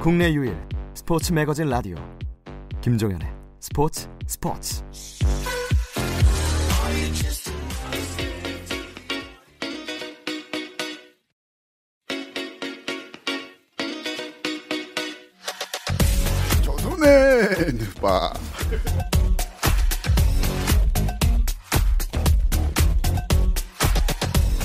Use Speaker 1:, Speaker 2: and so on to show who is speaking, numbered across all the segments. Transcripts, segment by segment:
Speaker 1: 국내 유일 스포츠 매거진 라디오 김종현의 스포츠 스포츠
Speaker 2: 조선의 누바.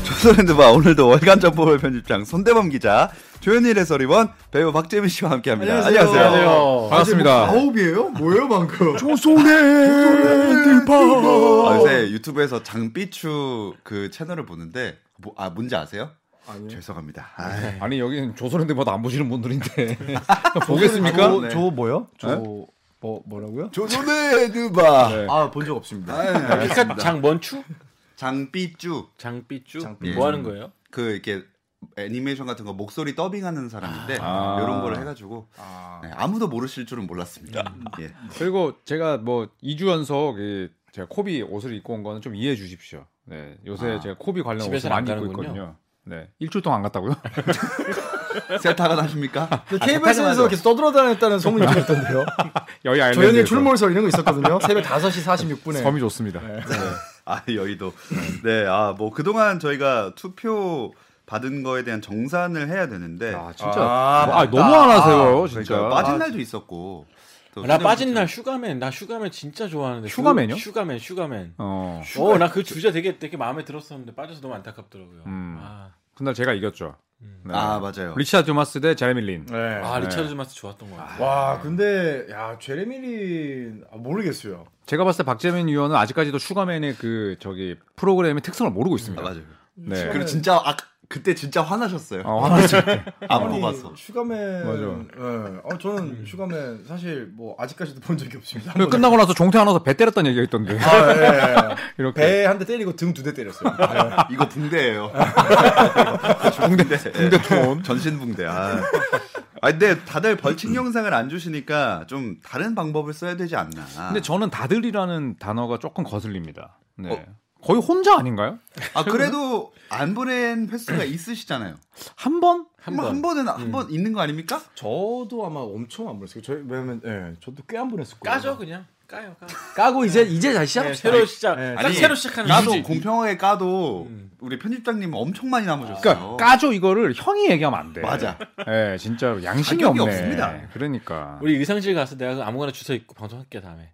Speaker 3: 조선랜드바 오늘도 월간 점프볼 편집장 손대범 기자, 조현일 해설위원, 배우 박재민 씨와 함께합니다. 아, 안녕하세요.
Speaker 4: 반갑습니다.
Speaker 5: 아홉이에요? 뭐예요 방금?
Speaker 3: 아, 요새 유튜브에서 장삐추 그 채널을 보는데 뭐, 아 뭔지 아세요? 죄송합니다. 아,
Speaker 4: 아니 여기는 조선랜드보다 안 보시는 분들인데 보겠습니까?
Speaker 3: 네.
Speaker 5: 저 뭐요? 저 뭐 뭐라고요?
Speaker 2: 조선의 누바.
Speaker 3: 네.
Speaker 5: 아 본 적 없습니다.
Speaker 3: 아,
Speaker 6: 피카 장먼추?
Speaker 3: 장삐쭈
Speaker 6: 장삐쭈?
Speaker 3: 장삐.
Speaker 6: 뭐 하는 거예요?
Speaker 3: 그 이렇게 애니메이션 같은 거 목소리 더빙하는 사람인데
Speaker 4: 아.
Speaker 3: 이런 거를 해가지고 네, 아무도 모르실 줄은 몰랐습니다. 예.
Speaker 4: 그리고 제가 뭐 2주 연속 이 제가 코비 옷을 입고 온 거는 좀 이해해 주십시오. 네, 요새
Speaker 3: 아.
Speaker 4: 제가 코비 관련 옷을
Speaker 6: 집에서는
Speaker 4: 많이
Speaker 6: 안
Speaker 4: 입고
Speaker 6: 가는군요.
Speaker 4: 있거든요. 네, 일주일 동안 안 갔다고요?
Speaker 3: 세타가 나십니까?
Speaker 4: 아,
Speaker 5: KBS에서 계속 떠들어다녔다는 소문이 좀 있던데요.
Speaker 4: 여기 아, 아일랜드에서.
Speaker 5: 조현일 출몰설 이런 거 있었거든요. 새벽 5시 46분에.
Speaker 4: 섬이 좋습니다.
Speaker 3: 아 여의도. 네, 아 뭐 그동안 저희가 투표 받은 거에 대한 정산을 해야 되는데
Speaker 4: 아 진짜.
Speaker 2: 아,
Speaker 4: 아, 너무 안 하세요, 진짜. 아,
Speaker 3: 그러니까 빠진 날도 있었고. 또
Speaker 6: 나 빠진
Speaker 3: 휴대폰
Speaker 6: 날 슈가맨, 나 슈가맨 진짜 좋아하는데. 슈-
Speaker 4: 슈가맨이요?
Speaker 6: 슈가맨, 슈가맨.
Speaker 4: 어.
Speaker 6: 어, 나 그 주제 되게 되게 마음에 들었었는데 빠져서 너무 안타깝더라고요.
Speaker 4: 음.
Speaker 6: 아,
Speaker 4: 그날 제가 이겼죠. 네.
Speaker 3: 아 맞아요.
Speaker 4: 리차 두마스 대 제레미 린.
Speaker 5: 네.
Speaker 6: 아 리차드 마스 좋았던 것 같아요.
Speaker 5: 와 근데 야 제레미린 아, 모르겠어요.
Speaker 4: 제가 봤을 때 박재민 위원은 아직까지도 슈가맨의 그 저기 프로그램의 특성을 모르고
Speaker 3: 아
Speaker 4: 있습니다.
Speaker 3: 맞아요.
Speaker 4: 네.
Speaker 3: 그리고 진짜 아 그때 진짜 화나셨어요.
Speaker 4: 어, 화났죠.
Speaker 3: 안 뽑아서.
Speaker 5: 슈가맨.
Speaker 4: 맞아.
Speaker 5: 예. 어, 저는 슈가맨 사실 뭐 아직까지도 본 적이 없습니다. 한
Speaker 4: 그
Speaker 5: 번도.
Speaker 4: 끝나고 나서 종태 안 와서 배 때렸다는 얘기가 있던데.
Speaker 5: 아, 예, 예.
Speaker 3: 네.
Speaker 4: 이렇게.
Speaker 5: 배 한 대 때리고 등 두 대 때렸어요. 예.
Speaker 3: 이거 붕대예요. 붕대, 붕대 톤. 전신 붕대. 아. 아 근데 다들 벌칙 영상을 안 주시니까 좀 다른 방법을 써야 되지 않나.
Speaker 4: 근데 저는 다들이라는 단어가 조금 거슬립니다. 네.
Speaker 3: 어?
Speaker 4: 거의 혼자 아닌가요?
Speaker 3: 아 그래도 안 보낸 횟수가 있으시잖아요.
Speaker 4: 한 번? 음.
Speaker 3: 한, 번, 한 번은 한 번 있는 거 아닙니까?
Speaker 5: 저도 아마 엄청 안 보냈어요. 저희 왜냐면 예, 저도 꽤 안 보냈을 거예요.
Speaker 6: 까죠 그냥 까요 까.
Speaker 5: 까고 이제 이제 다시
Speaker 6: 네,
Speaker 5: 시작합시다.
Speaker 6: 새로 시작.
Speaker 5: 네.
Speaker 6: 딱
Speaker 3: 아니,
Speaker 6: 새로 시작하는
Speaker 3: 나도
Speaker 6: 거지.
Speaker 3: 공평하게 까도 우리 편집장님 엄청 많이 아, 남으셨어요.
Speaker 4: 음.
Speaker 3: 네.
Speaker 4: 그러니까 까죠 이거를 형이 얘기하면 안 돼.
Speaker 3: 맞아.
Speaker 4: 예, 진짜로 양심이
Speaker 3: 자격이
Speaker 4: 없네.
Speaker 3: 없습니다.
Speaker 4: 그러니까
Speaker 6: 우리 의상실 가서 내가 그 아무거나 주워 입고 방송할게 다음에.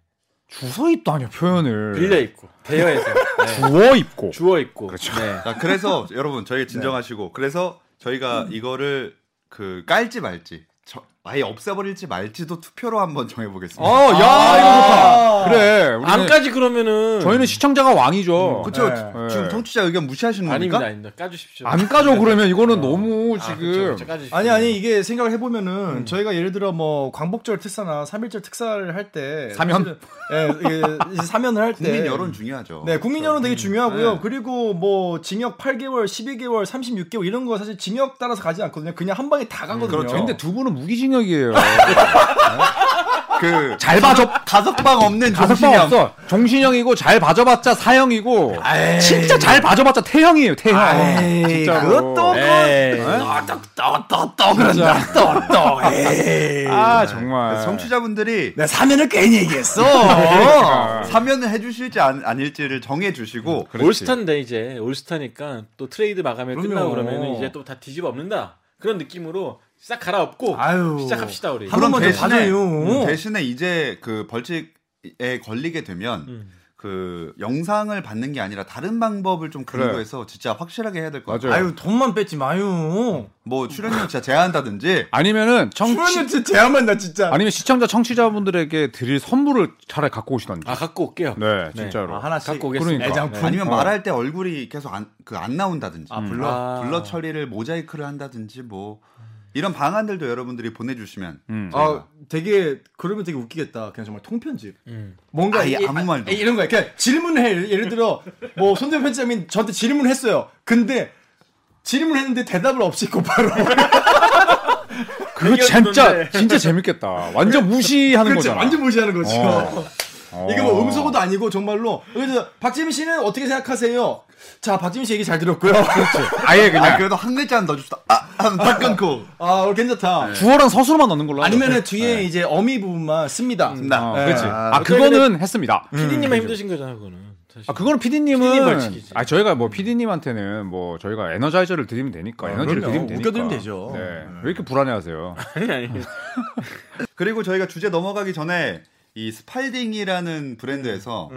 Speaker 4: 주서 입도 아니야 표현을.
Speaker 6: 빌려 입고 대여해서 네.
Speaker 4: 주워 입고.
Speaker 6: 주워 입고.
Speaker 4: 네. 그렇죠.
Speaker 6: 네.
Speaker 3: 자, 그래서 여러분 저희 진정하시고 그래서 저희가
Speaker 4: 음.
Speaker 3: 이거를 그 깔지 말지 저- 아예 없애버릴지 말지도 투표로 한번 정해보겠습니다.
Speaker 4: 어, 야 이거 좋다. 그래. 우리는
Speaker 6: 안까지 그러면은
Speaker 4: 저희는 시청자가 왕이죠.
Speaker 3: 음, 그쵸
Speaker 5: 네.
Speaker 3: 지금
Speaker 4: 네.
Speaker 3: 청취자 의견 무시하시는
Speaker 6: 아닙니다
Speaker 3: 겁니까?
Speaker 6: 아닙니다 까주십시오.
Speaker 4: 안 까죠 그러면 이거는
Speaker 6: 아,
Speaker 4: 너무 지금
Speaker 5: 아니 아니 이게 생각을 해보면은
Speaker 3: 음.
Speaker 5: 저희가 예를 들어 뭐 광복절 특사나 삼일절 특사를 할 때
Speaker 4: 사면?
Speaker 5: 사실은, 예 이게 이제 사면을 할 때
Speaker 3: 국민 여론 중요하죠.
Speaker 5: 네 국민 여론 되게 중요하고요
Speaker 3: 어, 네.
Speaker 5: 그리고 뭐 징역 8개월 12개월 36개월 이런 거 사실 징역 따라서 가지 않거든요 그냥 한 방에 다 가거든요
Speaker 3: 그렇죠.
Speaker 4: 근데 두 분은 무기징역이에요.
Speaker 3: 그
Speaker 4: 잘 봐줘.
Speaker 3: 다섯방 없는
Speaker 4: 다섯 방
Speaker 3: 종신형
Speaker 4: 없어. 종신형이고 잘 봐줘봤자 사형이고 진짜 잘 봐줘봤자 태형이에요. 네. 태형. 진짜
Speaker 5: 그것도
Speaker 3: 떡떡떡떡 그런다.
Speaker 4: 아
Speaker 3: 그
Speaker 4: 정말. 네.
Speaker 3: 청취자분들이
Speaker 5: 내 사면을 괜히 얘기했어
Speaker 4: 아.
Speaker 3: 어, 사면을 해주실지 안, 아닐지를
Speaker 4: 음,
Speaker 3: 정해주시고
Speaker 4: 그렇죠.
Speaker 6: 올스타인데 이제 올스타니까 또 트레이드 마감에
Speaker 5: 그럼요.
Speaker 6: 끝나고 그러면 이제 또 다 뒤집어 엎는다 그런 느낌으로 싹 갈아엎고
Speaker 5: 아유.
Speaker 6: 시작합시다 우리.
Speaker 5: 한 번만 더 봐줘요.
Speaker 3: 음, 대신에 이제 그 벌칙에 걸리게 되면
Speaker 6: 음.
Speaker 3: 그 영상을 받는 게 아니라 다른 방법을 좀
Speaker 4: 그래.
Speaker 3: 근거해서 진짜 확실하게 해야 될 것 같아요.
Speaker 4: 맞아요.
Speaker 5: 아유 돈만 뺏지 마요
Speaker 3: 뭐 출연료 진짜 제한한다든지
Speaker 4: 아니면은 청취
Speaker 5: 출연료 진짜 제한만 나 진짜
Speaker 4: 아니면 시청자 청취자분들에게 드릴 선물을 차라리 갖고 오시던지.
Speaker 6: 아 갖고 올게요.
Speaker 4: 네, 진짜로.
Speaker 5: 아, 하나씩
Speaker 6: 갖고 오겠습니다.
Speaker 4: 그러니까.
Speaker 5: 애장품
Speaker 3: 아니면 말할 때 얼굴이 계속 안 그 안 나온다든지 블러
Speaker 6: 아.
Speaker 3: 블러 처리를 모자이크를 한다든지 뭐 이런 방안들도 여러분들이 보내주시면
Speaker 4: 음.
Speaker 5: 아, 되게 그러면 되게 웃기겠다. 그냥 정말 통편집.
Speaker 6: 음.
Speaker 5: 뭔가
Speaker 3: 아예
Speaker 5: 이-
Speaker 3: 아무
Speaker 5: 아,
Speaker 3: 말도.
Speaker 5: 이런 거야. 그냥 질문해. 예를 들어 뭐 손대표 편집장이 저한테 질문을 했어요. 근데 질문을 했는데 대답을 없이 곧바로
Speaker 4: 그거 진짜 진짜 재밌겠다. 완전 무시하는
Speaker 5: 그렇지
Speaker 4: 거잖아.
Speaker 5: 완전 무시하는 거죠.
Speaker 4: 어.
Speaker 5: 이거 뭐 음소거도 아니고 정말로 그래서 박지민 씨는 어떻게 생각하세요? 자 박지민 씨 얘기 잘 들었고요.
Speaker 4: 아예 그냥
Speaker 3: 아, 그래도 한 글자는 넣어줍시다. 아, 하면 딱
Speaker 4: 어.
Speaker 3: 끊고.
Speaker 5: 아 오늘 괜찮다.
Speaker 4: 주어랑 서술만 넣는 걸로. 하죠.
Speaker 5: 아니면은 뒤에
Speaker 4: 네.
Speaker 5: 이제 어미 부분만 씁니다.
Speaker 4: 아,
Speaker 3: 나.
Speaker 4: 그렇지.
Speaker 3: 아,
Speaker 4: 아 그거는 했습니다.
Speaker 6: 피디님만 힘드신 거잖아 그거는. 사실.
Speaker 4: 아 그거는
Speaker 6: 피디님
Speaker 4: PD님은
Speaker 6: 벌칙이지.
Speaker 4: 아 저희가 뭐 PD님한테는 뭐 저희가 에너자이저를 드리면 되니까 에너지를
Speaker 5: 그럼요.
Speaker 4: 드리면 되니까.
Speaker 5: 웃겨드리면 되죠.
Speaker 4: 네. 왜 이렇게 불안해하세요?
Speaker 6: 아니 아니.
Speaker 3: 그리고 저희가 주제 넘어가기 전에 이 스팔딩이라는 브랜드에서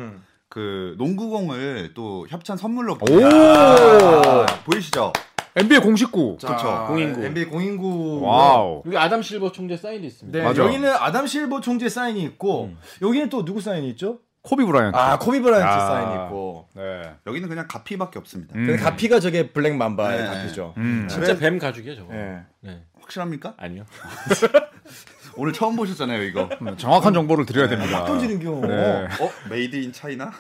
Speaker 3: 그 농구공을 또 협찬 선물로
Speaker 4: 오
Speaker 3: 아, 보이시죠?
Speaker 4: NBA 공식구.
Speaker 3: 그쵸.
Speaker 6: 공인구.
Speaker 5: NBA 아, 네, 공인구.
Speaker 4: 와우.
Speaker 6: 여기 아담 실버 총재 사인이 있습니다.
Speaker 5: 네,
Speaker 4: 맞아. 음.
Speaker 5: 여기는 아담 실버 총재 사인이 있고 여기는 또 누구 사인이 있죠?
Speaker 4: 코비 브라이언트.
Speaker 5: 아 코비 브라이언트
Speaker 4: 아.
Speaker 5: 사인이 있고.
Speaker 4: 네.
Speaker 3: 여기는 그냥 가피밖에 없습니다.
Speaker 4: 음.
Speaker 5: 근데 가피가 저게 블랙 맘바의
Speaker 3: 네.
Speaker 5: 가피죠.
Speaker 4: 음.
Speaker 6: 진짜 뱀 가죽이에요 저거.
Speaker 5: 예.
Speaker 6: 네.
Speaker 3: 확실합니까?
Speaker 6: 아니요.
Speaker 3: 오늘 처음 보셨잖아요, 이거.
Speaker 4: 음, 정확한 정보를 드려야 됩니다.
Speaker 5: 던지는 경우.
Speaker 4: 네.
Speaker 3: 어? 메이드 인 차이나?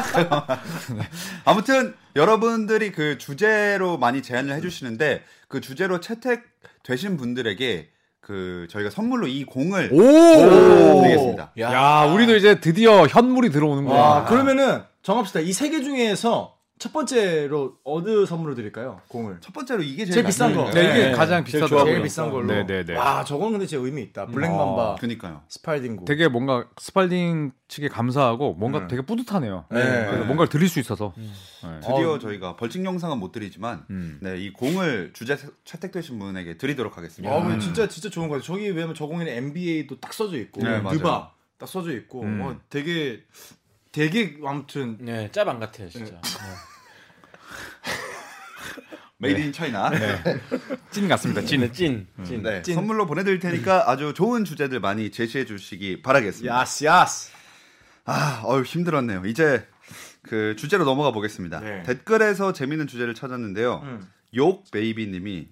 Speaker 3: 아무튼 여러분들이 그 주제로 많이 제안을 해주시는데 그 주제로 채택되신 분들에게 그 저희가 선물로 이 공을
Speaker 4: 오.
Speaker 3: 드리겠습니다.
Speaker 4: 야, 우리도 이제 드디어 현물이
Speaker 5: 와
Speaker 4: 들어오는구나.
Speaker 5: 아, 그러면은 정합시다. 이 세 개 중에서 첫 번째로 어느 선물로 드릴까요? 공을.
Speaker 3: 첫 번째로 이게 제일
Speaker 5: 제일 비싼 거.
Speaker 4: 네, 이게
Speaker 6: 네.
Speaker 4: 가장
Speaker 6: 제일
Speaker 4: 비싸다.
Speaker 6: 좋아
Speaker 5: 제일 비싼 걸로.
Speaker 4: 네네네. 아.
Speaker 5: 와 저건 근데 진짜 의미 있다. 블랙 맘바
Speaker 3: 그니까요.
Speaker 5: 스팔딩구.
Speaker 4: 되게 뭔가 스팔딩 측에 감사하고 뭔가 되게 뿌듯하네요.
Speaker 5: 네.
Speaker 4: 그래서 뭔가를 드릴 수 있어서.
Speaker 3: 드디어 저희가 벌칙 영상은 못 드리지만 네, 이 공을 주제 채- 채택되신 분에게 드리도록 하겠습니다.
Speaker 5: 아, 근데
Speaker 4: 음.
Speaker 5: 진짜 진짜 좋은 거예요. 저기 왜냐면 저공에는 NBA도 딱 써져 있고,
Speaker 3: 네, 맞아요.
Speaker 5: 드바 딱 써져 있고,
Speaker 4: 음.
Speaker 5: 어, 되게 되게 아무튼
Speaker 6: 네, 짭 안 같아요 진짜.
Speaker 3: 메이드 인 차이나. 네.
Speaker 4: 찐 같습니다. 찐.
Speaker 6: 네, 찐, 찐.
Speaker 5: 찐.
Speaker 3: 선물로 보내드릴 테니까 아주 좋은 주제들 많이 제시해 주시기 바라겠습니다.
Speaker 5: 야스 야스.
Speaker 3: 아, 어휴 힘들었네요. 이제 그 주제로 넘어가 보겠습니다.
Speaker 5: 네. 음.
Speaker 3: 댓글에서 재밌는 주제를 찾았는데요. 욕 베이비님이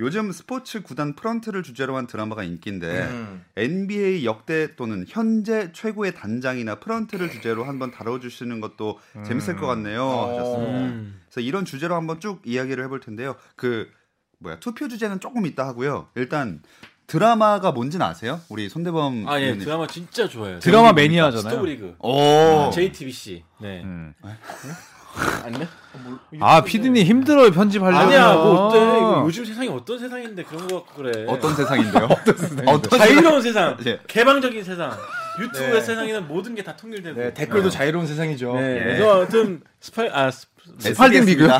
Speaker 3: 요즘 스포츠 구단 프런트를 주제로 한 드라마가 인기인데
Speaker 5: 음.
Speaker 3: NBA 역대 또는 현재 최고의 단장이나 프런트를 주제로 한번 다뤄주시는 것도 재밌을 것 같네요. 하셨습니다.
Speaker 6: 음.
Speaker 3: 그래서 이런 주제로 한번 쭉 이야기를 해볼 텐데요. 그 뭐야 투표 주제는 조금 있다 하고요. 일단 드라마가 뭔진 아세요? 우리 손대범
Speaker 6: 아 예,
Speaker 3: 의원님.
Speaker 6: 드라마 진짜 좋아요.
Speaker 4: 드라마 매니아잖아요.
Speaker 6: 스토브리그.
Speaker 3: 오.
Speaker 6: JTBC. 네.
Speaker 4: 음.
Speaker 6: 안돼?
Speaker 4: 아, 피디님 힘들어요, 편집하려면.
Speaker 6: 네? 아니야, 뭐 어때? 이거 요즘 세상이 어떤 세상인데 그런 거 갖고 그래.
Speaker 3: 어떤 세상인데요? 어떤
Speaker 6: 자유로운 세상,
Speaker 3: 예.
Speaker 6: 개방적인 세상, 유튜브의
Speaker 5: 네.
Speaker 6: 세상에는 모든 게 다 통일되고. 어.
Speaker 5: 네, 댓글도 예. 자유로운 세상이죠.
Speaker 6: 네, 그래서 아무튼 스파이 아 스- 스-
Speaker 4: 스팔딩 리그?
Speaker 3: 예.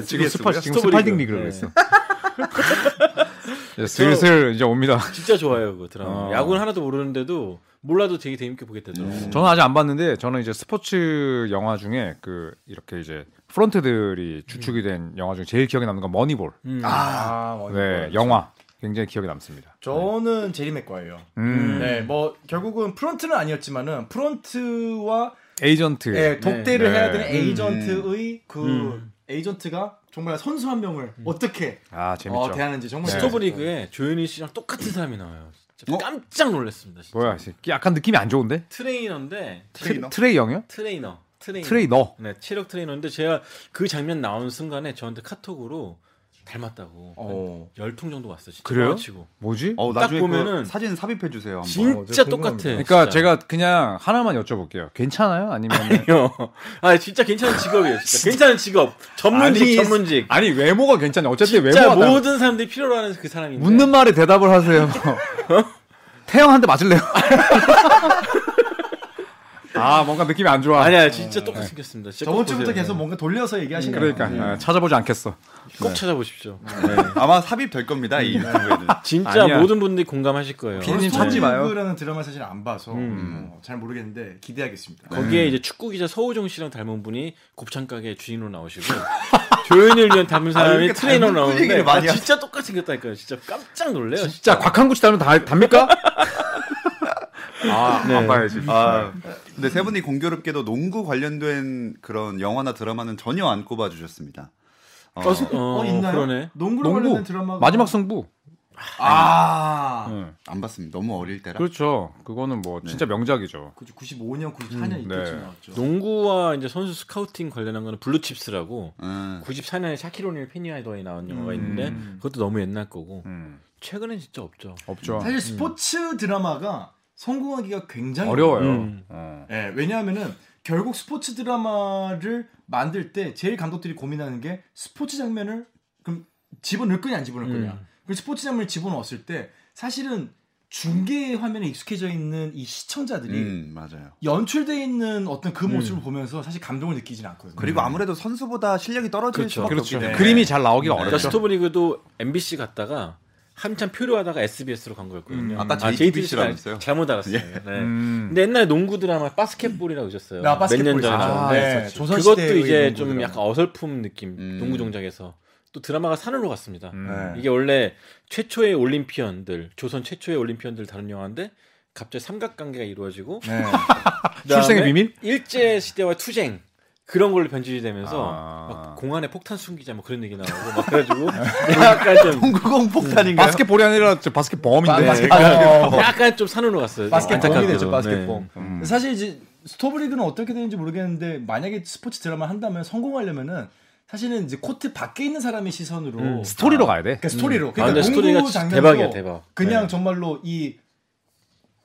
Speaker 4: 지금
Speaker 3: SBS
Speaker 4: 스파,
Speaker 3: 고요.
Speaker 4: 지금
Speaker 6: 스토브리그.
Speaker 4: 스팔딩 리그라고
Speaker 6: 네.
Speaker 4: 했어. 이제 슬슬 이제 옵니다.
Speaker 6: 진짜 좋아요 그 드라마.
Speaker 4: 어.
Speaker 6: 야구는 하나도 모르는데도 몰라도 되게 재밌게 보게 되더라고. 요 네.
Speaker 4: 저는 아직 안 봤는데 저는 이제 스포츠 영화 중에 그 이렇게 이제
Speaker 6: 음.
Speaker 4: 프론트들이 주축이 된 영화 중에 제일 기억에 남는 건 머니볼.
Speaker 5: 아, 뭐
Speaker 4: 네, 영화 굉장히 기억에 남습니다.
Speaker 5: 저는 제리 맥과예요.
Speaker 4: 음,
Speaker 5: 네, 뭐 결국은 프론트는 아니었지만은 프론트와
Speaker 4: 에이전트.
Speaker 5: 예,
Speaker 4: 네.
Speaker 5: 독대를
Speaker 4: 음.
Speaker 5: 해야 되는 에이전트의 그 에이전트가 정말 선수 한 명을 어떻게
Speaker 4: 아 재밌죠.
Speaker 5: 어, 대하는지 정말
Speaker 6: 스토브리그에 조현일 씨랑 똑같은 사람이 나와요. 진짜
Speaker 3: 어?
Speaker 6: 깜짝 놀랐습니다. 진짜.
Speaker 4: 뭐야, 씨. 약간 느낌이 안 좋은데?
Speaker 6: 트레이너인데
Speaker 3: 트레이너?
Speaker 4: 트레- 트레이 형이요?
Speaker 6: 트레이너. 트레이너.
Speaker 4: 트레이너.
Speaker 6: 네, 체력 트레이너인데 제가 그 장면 나오는 순간에 저한테 카톡으로 닮았다고
Speaker 4: 네.
Speaker 5: 어.
Speaker 6: 열통 정도 왔어요. 진짜
Speaker 4: 그래요?
Speaker 6: 뻥치고.
Speaker 4: 뭐지?
Speaker 3: 어,
Speaker 6: 딱
Speaker 3: 나중에
Speaker 6: 보면은
Speaker 3: 그 사진 삽입해 주세요. 한번.
Speaker 6: 진짜
Speaker 5: 어, 저
Speaker 6: 똑같아.
Speaker 5: 궁금합니다.
Speaker 6: 진짜.
Speaker 4: 그러니까 제가 그냥 하나만 여쭤볼게요. 괜찮아요? 아니면
Speaker 6: 아니요. 아 진짜 괜찮은 직업이에요. 진짜 괜찮은 직업. 전문직
Speaker 4: 아니,
Speaker 6: 전문직.
Speaker 4: 아니 외모가 괜찮아요. 어쨌든
Speaker 6: 진짜
Speaker 4: 외모가 나-
Speaker 6: 모든 사람들이 필요로 하는 그 사람인데.
Speaker 4: 뭐 묻는 말에 대답을 하세요. 뭐. 어? 태형한테 맞을래요? 아 뭔가 느낌이 안 좋아.
Speaker 6: 아니야 진짜 똑같이 생겼습니다. 진짜
Speaker 5: 저번
Speaker 6: 꼭
Speaker 5: 주부터
Speaker 6: 보세요.
Speaker 5: 계속 뭔가 돌려서 얘기하시네요.
Speaker 4: 그러니까 아, 찾아보지 않겠어.
Speaker 6: 꼭 찾아보십시오.
Speaker 3: 아마 삽입될 겁니다. 이 유튜브에는.
Speaker 6: 진짜
Speaker 4: 아니야.
Speaker 6: 모든 분들이 공감하실 거예요.
Speaker 4: 피디님 찾지 마요. 음.
Speaker 5: 라는 드라마 사실 안 봐서 어, 잘 모르겠는데 기대하겠습니다.
Speaker 6: 거기에 이제 축구 기자 서우정 씨랑 닮은 분이 곱창 가게 주인으로 나오시고 조현일 위원 닮은
Speaker 3: 아,
Speaker 6: 사람이
Speaker 3: 이렇게
Speaker 6: 트레이너로
Speaker 3: 닮은
Speaker 6: 나오는데
Speaker 3: 얘기를 많이
Speaker 6: 아, 진짜 똑같이 생겼다니까요. 진짜 깜짝 놀래요.
Speaker 4: 진짜 곽한구치 닮으면 다 답니까? 아, 안 봐야지.
Speaker 3: 아, 근데 세 분이 공교롭게도 농구 관련된 그런 영화나 드라마는 전혀 안 꼽아 주셨습니다. 어,
Speaker 6: 어,
Speaker 5: 있나요?
Speaker 6: 그러네.
Speaker 5: 농구로
Speaker 4: 농구
Speaker 5: 관련된 드라마가
Speaker 4: 마지막 네. 승부.
Speaker 5: 아
Speaker 4: 응.
Speaker 3: 안 봤습니다. 너무 어릴 때라.
Speaker 4: 그렇죠. 그거는 뭐 진짜 명작이죠.
Speaker 5: 그죠 95년 94년
Speaker 4: 음,
Speaker 5: 이때쯤
Speaker 4: 네.
Speaker 5: 나왔죠.
Speaker 6: 농구와 이제 선수 스카우팅 관련한 거는 블루칩스라고
Speaker 3: 음.
Speaker 6: 94년에 샤키로닐 페니아이더에 나온 영화가 있는데 그것도 너무 옛날 거고
Speaker 4: 음,
Speaker 6: 최근엔 진짜 없죠.
Speaker 4: 없죠.
Speaker 5: 사실 스포츠 드라마가 성공하기가 굉장히
Speaker 4: 음. 어려워요.
Speaker 6: 음.
Speaker 4: 어.
Speaker 5: 예, 왜냐하면은 결국 스포츠 드라마를 만들 때 제일 감독들이 고민하는 게 스포츠 장면을 그럼 집어넣을 거냐 안 집어넣을 거냐.
Speaker 6: 음.
Speaker 5: 그 스포츠 장면을 집어넣었을 때 사실은 중계 화면에 익숙해져 있는 이 시청자들이
Speaker 3: 음, 맞아요.
Speaker 5: 연출돼 있는 어떤 그 모습을 보면서 사실 감동을 느끼진 않거든요.
Speaker 3: 그리고 아무래도 선수보다 실력이 떨어질
Speaker 6: 음. 그렇죠.
Speaker 3: 수밖에
Speaker 4: 그렇죠.
Speaker 3: 없기 때문에
Speaker 4: 그림이 잘 나오기가
Speaker 3: 네.
Speaker 6: 그러니까
Speaker 4: 어렵죠.
Speaker 6: 스토브리그도 MBC 갔다가 한참 표류하다가 SBS로 간 거였거든요.
Speaker 4: 음.
Speaker 3: 아까
Speaker 6: 아,
Speaker 3: JTBC 라고
Speaker 6: JTBC 가
Speaker 3: 했어요.
Speaker 6: 잘못 알았어요. 네.
Speaker 4: 음.
Speaker 6: 근데 옛날 농구 드라마 바스켓볼이라고 있었어요.
Speaker 5: 나
Speaker 6: 몇 년
Speaker 5: 바스켓볼
Speaker 6: 전에
Speaker 5: 있었죠.
Speaker 6: 나왔는데
Speaker 5: 네,
Speaker 6: 그것도
Speaker 5: 조선 시대의
Speaker 6: 이제
Speaker 5: 농구
Speaker 6: 좀
Speaker 5: 드라마.
Speaker 6: 약간 어설픈 느낌.
Speaker 3: 음.
Speaker 6: 농구 종작에서 또 드라마가 산으로 갔습니다.
Speaker 4: 음.
Speaker 6: 이게 원래 최초의 올림피언들, 조선 최초의 올림피언들 다룬 영화인데 갑자기 삼각관계가 이루어지고
Speaker 5: 네.
Speaker 6: 그다음에
Speaker 4: 출생의 비밀?
Speaker 6: 일제 시대와 투쟁 그런 걸로 변질이 되면서
Speaker 4: 아.
Speaker 6: 막 공안에 폭탄 숨기자 뭐 그런 얘기 나오고 막 그래가지고 약간 좀
Speaker 3: 공구공
Speaker 4: 음.
Speaker 3: 폭탄인가요?
Speaker 4: 바스켓볼이 아니라 저 바스켓범인데. 어.
Speaker 5: 바스켓 아,
Speaker 6: 약간 좀 산으로 갔어요.
Speaker 5: 바스켓범이
Speaker 6: 안타깝게도.
Speaker 5: 되죠 바스켓범.
Speaker 6: 네.
Speaker 4: 음.
Speaker 5: 사실 이제 스토브리그는 어떻게 되는지 모르겠는데 만약에 스포츠 드라마 한다면 성공하려면은 사실은 이제 코트 밖에 있는 사람의 시선으로
Speaker 6: 음.
Speaker 4: 스토리로 가야 돼.
Speaker 5: 그러니까 스토리로
Speaker 6: 아, 근데
Speaker 5: 그러니까
Speaker 6: 스토리가
Speaker 5: 농구
Speaker 6: 진짜
Speaker 5: 장면도
Speaker 6: 대박이야 대박.
Speaker 5: 그냥
Speaker 6: 네.
Speaker 5: 정말로 이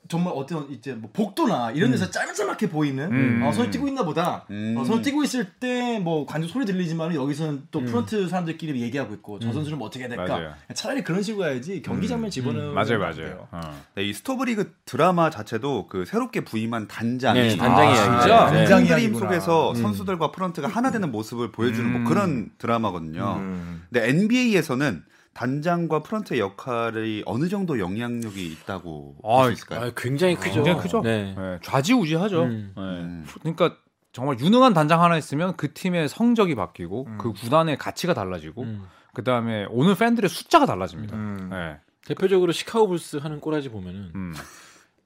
Speaker 5: 정말 어떤 이제 뭐 복도나
Speaker 6: 음.
Speaker 5: 이런 데서 짤막짤막해 보이는
Speaker 4: 음.
Speaker 5: 어, 손을 뛰고 있나 보다
Speaker 3: 음.
Speaker 5: 어, 손을 뛰고 있을 때 뭐 관중 소리 들리지만 여기서는
Speaker 6: 음.
Speaker 5: 또 프런트 사람들끼리 얘기하고 있고 저 선수는 뭐 어떻게 해야 될까
Speaker 4: 맞아요.
Speaker 5: 차라리 그런 식으로 해야지
Speaker 6: 음.
Speaker 5: 경기 장면 집어넣으면
Speaker 4: 맞아요,
Speaker 5: 안 돼요.
Speaker 4: 맞아요. 어.
Speaker 3: 네, 이 스토브리그 드라마 자체도 그 새롭게 부임한 단장,
Speaker 6: 네, 단장의
Speaker 4: 아,
Speaker 6: 이야기죠.
Speaker 5: 진짜?
Speaker 6: 네. 음.
Speaker 5: 단장
Speaker 3: 큰 그림
Speaker 5: 이야기구나.
Speaker 3: 속에서 선수들과 프런트가 하나 되는 모습을 보여주는
Speaker 4: 음.
Speaker 3: 뭐 그런 드라마거든요.
Speaker 6: 음.
Speaker 3: 근데 NBA에서는 단장과 프런트의 역할이 어느 정도 영향력이 있다고 볼
Speaker 4: 아,
Speaker 3: 수 있을까요?
Speaker 6: 아, 굉장히 크죠.
Speaker 4: 굉장히 크죠.
Speaker 6: 네.
Speaker 4: 네, 좌지우지하죠.
Speaker 6: 음.
Speaker 4: 네.
Speaker 3: 음.
Speaker 4: 그러니까 정말 유능한 단장 하나 있으면 그 팀의 성적이 바뀌고 그 구단의 가치가 달라지고
Speaker 6: 음.
Speaker 4: 그 다음에 오는 팬들의 숫자가 달라집니다.
Speaker 5: 음.
Speaker 4: 네.
Speaker 6: 대표적으로 시카고 불스 하는 꼬라지 보면은
Speaker 4: 음.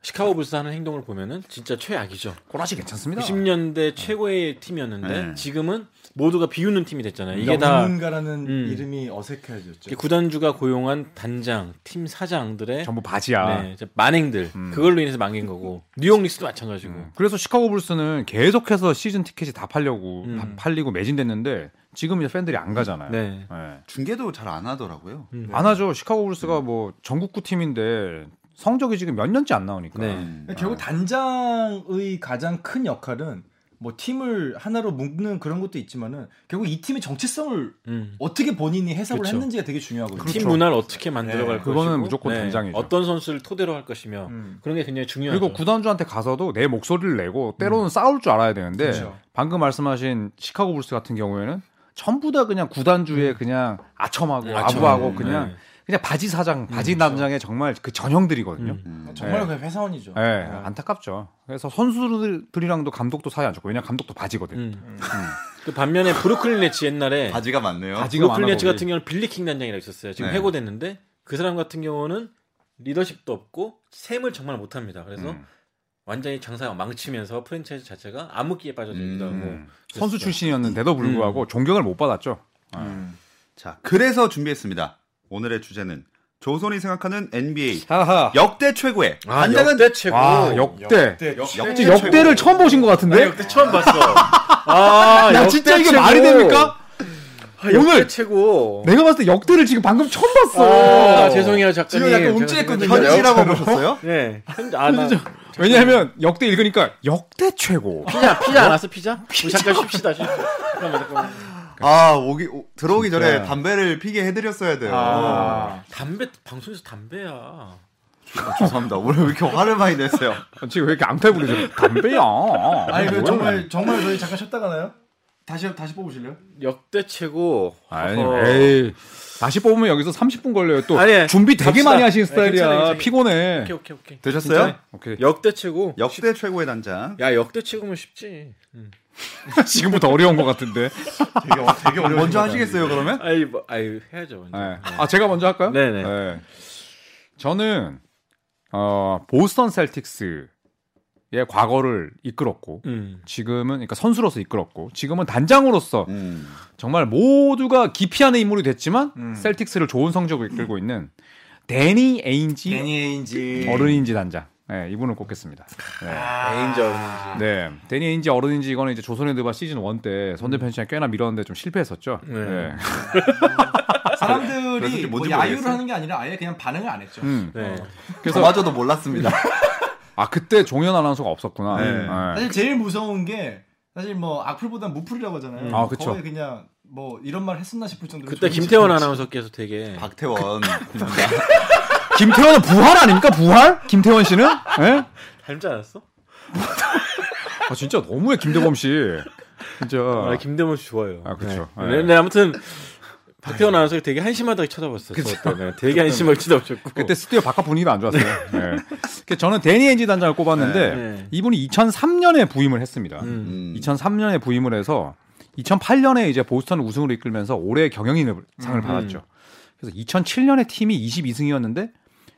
Speaker 6: 시카고 불스 하는 행동을 보면은 진짜 최악이죠.
Speaker 4: 꼬라지 괜찮습니다.
Speaker 6: 90년대 최고의 팀이었는데
Speaker 3: 네.
Speaker 6: 지금은 모두가 비웃는 팀이 됐잖아요. 이게 다
Speaker 5: 전문가라는
Speaker 6: 음.
Speaker 5: 그러니까 이름이 어색해졌죠.
Speaker 6: 이게 구단주가 고용한 단장, 팀 사장들의
Speaker 4: 전부 바지야.
Speaker 6: 네, 이제 만행들 그걸로 인해서 망인 거고 뉴욕 닉스도 마찬가지고
Speaker 4: 음. 그래서 시카고 불스는 계속해서 시즌 티켓이 다 팔려고
Speaker 6: 음.
Speaker 4: 다 팔리고 매진됐는데 지금 이제 팬들이 안 가잖아요.
Speaker 6: 네.
Speaker 4: 네.
Speaker 3: 중계도 잘 안 하더라고요.
Speaker 6: 네.
Speaker 4: 안 하죠. 시카고 불스가 뭐 전국구 팀인데 성적이 지금 몇 년째 안 나오니까.
Speaker 6: 네.
Speaker 3: 음.
Speaker 5: 결국 단장의 가장 큰 역할은 뭐 팀을 하나로 묶는 그런 것도 있지만은 결국 이 팀의 정체성을
Speaker 6: 음.
Speaker 5: 어떻게 본인이 해석을
Speaker 6: 그렇죠.
Speaker 5: 했는지가 되게 중요하거든요.
Speaker 6: 팀 문화를 어떻게 만들어갈
Speaker 5: 네,
Speaker 4: 그거는
Speaker 6: 것이고
Speaker 4: 무조건 단장이죠.
Speaker 6: 어떤 선수를 토대로 할 것이며
Speaker 5: 음.
Speaker 6: 그런 게 굉장히 중요하죠.
Speaker 4: 그리고 구단주한테 가서도 내 목소리를 내고 때로는 싸울 줄 알아야 되는데
Speaker 5: 그렇죠.
Speaker 4: 방금 말씀하신 시카고 불스 같은 경우에는 전부 다 그냥 구단주에 그냥 아첨하고
Speaker 6: 아첨.
Speaker 4: 아부하고
Speaker 6: 네.
Speaker 4: 그냥 그냥 바지 사장, 바지 단장의 정말 그 전형들이거든요.
Speaker 6: 음.
Speaker 3: 음.
Speaker 5: 정말 그냥 회사원이죠.
Speaker 4: 예, 안타깝죠. 그래서 선수들이랑도 감독도 사이 안 좋고 왜냐 면 감독도 바지거든. 요
Speaker 6: 음. 그 반면에 브루클린 네츠 옛날에
Speaker 3: 바지가 많네요.
Speaker 4: 바지가 많아
Speaker 6: 브루클린 네츠
Speaker 4: 보이지.
Speaker 6: 같은 경우는 빌리킹 단장이라고 있었어요. 지금
Speaker 3: 네.
Speaker 6: 해고됐는데 그 사람 같은 경우는 리더십도 없고 셈을 정말 못합니다. 그래서
Speaker 4: 음.
Speaker 6: 완전히 장사 망치면서 프랜차이즈 자체가 암흑기에 빠져들기도
Speaker 3: 음.
Speaker 6: 하고
Speaker 4: 음. 선수 출신이었는데도 불구하고 존경을 못 받았죠.
Speaker 3: 자, 그래서 준비했습니다. 오늘의 주제는 조선이 생각하는 NBA
Speaker 4: 하하.
Speaker 3: 역대 최고의 단장은
Speaker 6: 아, 역대 최고.
Speaker 4: 와 역대.
Speaker 3: 아, 역대
Speaker 4: 역대 역대를 처음 보신 것 같은데?
Speaker 6: 역대 처음 봤어. 아,
Speaker 4: 야 진짜 이게 말이 됩니까?
Speaker 6: 오늘
Speaker 4: 오늘
Speaker 6: 최고.
Speaker 4: 내가 봤을 때 역대를 지금 방금 처음 봤어.
Speaker 6: 아, 아, 죄송해요 작가님.
Speaker 5: 지금 약간
Speaker 6: 제가
Speaker 5: 움찔했거든요.
Speaker 3: 현지라고 보셨어요?
Speaker 6: 네. 현- 아, 나
Speaker 4: 어. 왜냐하면 역대 읽으니까 역대 최고.
Speaker 6: 피자 피자 안 왔어 피자? 우리 잠깐 쉽시다. 쉽시다. 잠깐만 잠깐만.
Speaker 3: 아, 오기 오- 들어오기 전에 담배를 피게 해드렸어야 돼요.
Speaker 6: 담배 방송에서 담배야.
Speaker 3: 아, 죄송합니다. 오늘 왜 이렇게 화를 많이 냈어요?
Speaker 4: 지금 왜 이렇게 앙탈 부리죠? 담배야.
Speaker 5: 아니 그
Speaker 4: 뭐야?
Speaker 5: 정말 정말 저희 잠깐 쉬었다 가나요? 다시 다시 뽑으실래요?
Speaker 6: 역대 최고.
Speaker 4: 아니,
Speaker 6: 어허.
Speaker 4: 에이. 다시 뽑으면 여기서 30분 걸려요. 또
Speaker 6: 아니,
Speaker 4: 준비 되게
Speaker 6: 갑시다.
Speaker 4: 많이 하신
Speaker 6: 네,
Speaker 4: 스타일이야.
Speaker 6: 괜찮아요, 괜찮아요.
Speaker 4: 피곤해.
Speaker 6: 오케이 오케이 오케이.
Speaker 3: 되셨어요?
Speaker 4: 오케이.
Speaker 6: 역대 최고.
Speaker 3: 역대 최고의 단장.
Speaker 6: 야 역대 최고면 쉽지.
Speaker 4: 지금부터 어려운 것 같은데. 예.
Speaker 5: 되게 어- 되게 어려운
Speaker 3: 먼저 하시겠어요, 그러면?
Speaker 6: 아이 뭐 아이 해야죠 먼저.
Speaker 4: 네. 아 제가 먼저 할까요?
Speaker 6: 네네.
Speaker 4: 네. 저는 어, 보스턴 셀틱스의 과거를 이끌었고
Speaker 6: 음.
Speaker 4: 지금은 그러니까 선수로서 이끌었고 지금은 단장으로서
Speaker 3: 음.
Speaker 4: 정말 모두가 기피하는 인물이 됐지만 셀틱스를 좋은 성적을 이끌고 있는 데니 에인지
Speaker 5: 애니인지
Speaker 4: 어른인지 단장. 네, 이분을 꼽겠습니다. 네.
Speaker 3: 아.
Speaker 6: 개인적.
Speaker 4: 네. 데니 에인지 어른인지 이거는 이제 조선의 드바 시즌 1 때 선대편 씨랑 꽤나 밀었는데 좀 실패했었죠.
Speaker 6: 네.
Speaker 4: 네.
Speaker 5: 사람들이
Speaker 3: 그래서
Speaker 5: 뭐
Speaker 3: 뭔지
Speaker 5: 야유를
Speaker 3: 모르겠어요.
Speaker 6: 어,
Speaker 5: 하는 게 아니라 아예 그냥 반응을 안 했죠.
Speaker 4: 음.
Speaker 6: 네.
Speaker 3: 저마저도 몰랐습니다.
Speaker 4: 아 그때 종현 아나운서가 없었구나.
Speaker 3: 네.
Speaker 4: 네.
Speaker 5: 사실 제일 무서운 게 사실 뭐 악플보단 무플이라고 하잖아요.
Speaker 6: 음.
Speaker 4: 아, 그쵸.
Speaker 5: 거의 그냥 뭐 이런 말 했었나 싶을 정도로
Speaker 6: 그때
Speaker 5: 조용히
Speaker 6: 김태원
Speaker 5: 지켜봤지.
Speaker 6: 아나운서께서 되게
Speaker 3: 박태원
Speaker 4: 김태원은 부활 아닙니까 부활? 김태원 씨는? 예?
Speaker 6: 닮지 않았어?
Speaker 4: 아 진짜 너무해 김대범 씨. 진짜.
Speaker 6: 아, 김대문 씨 좋아요.
Speaker 4: 아, 그쵸.
Speaker 6: 네.
Speaker 4: 네.
Speaker 6: 근데 아무튼 박태원 아나운서 되게 한심하다게 쳐다봤어. 저 때는 네. 되게 한심하게 쳐다보셨고.
Speaker 4: 그때 스튜디오 바깥 분위기가 안 좋았어요. 네. 그래서 저는 데니 엔지 단장을 꼽았는데
Speaker 6: 네.
Speaker 4: 이분이 2003년에 부임을 했습니다.
Speaker 6: 음.
Speaker 3: 음.
Speaker 4: 2003년에 부임을 해서 2008년에 이제 보스턴을 우승으로 이끌면서 올해의 경영인을 상을 받았죠. 그래서 2007년에 팀이 22승이었는데